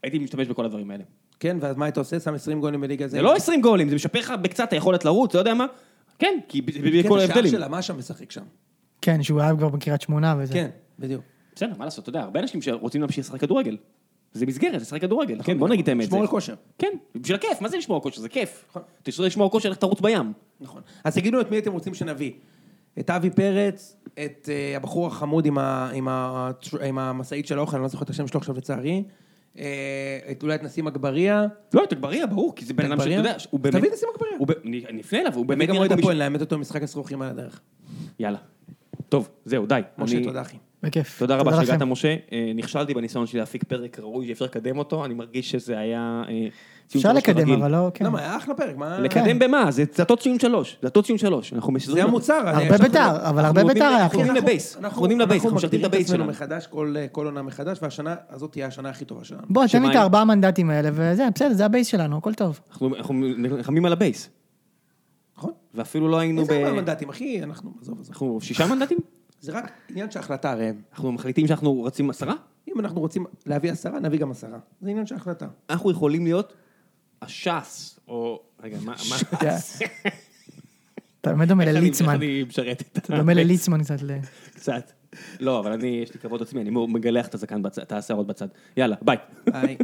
הייתי משתמש בכל הדברים האלה.
כן, ואז מה היית עושה? שם 20 גולים בליגה זה?
זה לא 20 גולים, זה משפר לך בקצת היכולת לרוץ, לא יודע מה. כן, כי ב- ב- בכל
כן, השעה
ההבדלים.
שלה, מה שם משחק שם?
כן, שהוא היה כבר בקריית שמונה וזה.
כן, בדיוק.
בסדר, מה לעשות, אתה יודע, הרבה אנשים שרוצים להמשיך לשחק כדורגל. זה מסגרת, זה לשחק כדורגל, כן, בוא נגיד את האמת.
שמור
זה-
נכון. על כושר.
כן, בשביל הכיף, מה זה לשמור על כושר? זה כיף. אתה צריך לשמור על כושר, לך תרוץ בים.
נכון. אז תגידו את מי אתם רוצים שנביא. את אבי פרץ, את אה, הבחור החמוד עם ה- עם ה- עם המשאית של האוכל, אני לא זוכר את השם שלו עכשיו לצערי. אה, את אולי את נסים אגבריה.
לא, את אגבריה, ברור, כי זה בן אדם שאתה
אגבריה?
יודע, הוא באמת...
תביא את נסים אגבריה.
הוא ב- אני אני אפנה אליו, הוא
אני
באמת
גם
נראה
אוהד
כמו מישהו...
הפועל, לאמת אותו במשחק הסרוכים על הדרך.
יאללה. טוב, זהו, די.
משה,
אני-
תודה אחי.
בכיף.
תודה רבה שהגעת,
לכם.
משה. אה, נכשלתי בניסיון שלי להפיק פרק ראוי שאפשר לקדם אותו, אני מרגיש שזה היה... אה, ציון
אפשר
שלוש
לקדם,
כרגיל.
אבל לא, כן.
למה, היה אחלה פרק, מה...
לקדם במה? זה דלתות ציון שלוש. דלתות ציון שלוש. אנחנו
זה
מסדרים...
המוצר. אני- לא-
הרבה
אנחנו-
בית"ר, אבל הרבה
אנחנו
בית"ר
מובילים-
היה אחלה.
אנחנו-
אנחנו-
לבייס. אנחנו עונים לבייס, אנחנו משרתים את הבייס
אנחנו
שלנו.
מגדירים את עצמנו מחדש, כל אה, כל עונה מחדש, והשנה הזאת תהיה השנה הכי טובה שלנו.
בוא, תן לי
שמה
את
עם-
הארבעה מנדטים האלה, וזה, בסדר, זה הבייס שלנו, הכל טוב.
אנחנו אנחנו נלחמים על הבייס.
נכון?
ואפילו לא היינו ב...
איזה ארבעה מנדטים, אחי, אנחנו, עזוב, עזוב.
אנחנו שישה מנדטים?
זה רק עניין של החלטה, ראם.
אנחנו מחליטים שאנחנו רצים עשרה?
אם אנחנו רוצים להביא עשרה, נביא גם עשרה. זה עניין של החלטה.
אנחנו יכולים להיות הש"ס, או... רגע, מה... מה-
אתה באמת דומה
איך אני-
כן. לליצמן.
איך אני משרת את
אתה דומה לליצמן קצת. ל-
קצת. לא, אבל אני, יש לי כבוד עצמי, אני מגלח את הזקן בצד, את השערות בצד. יאללה, ביי.
היי.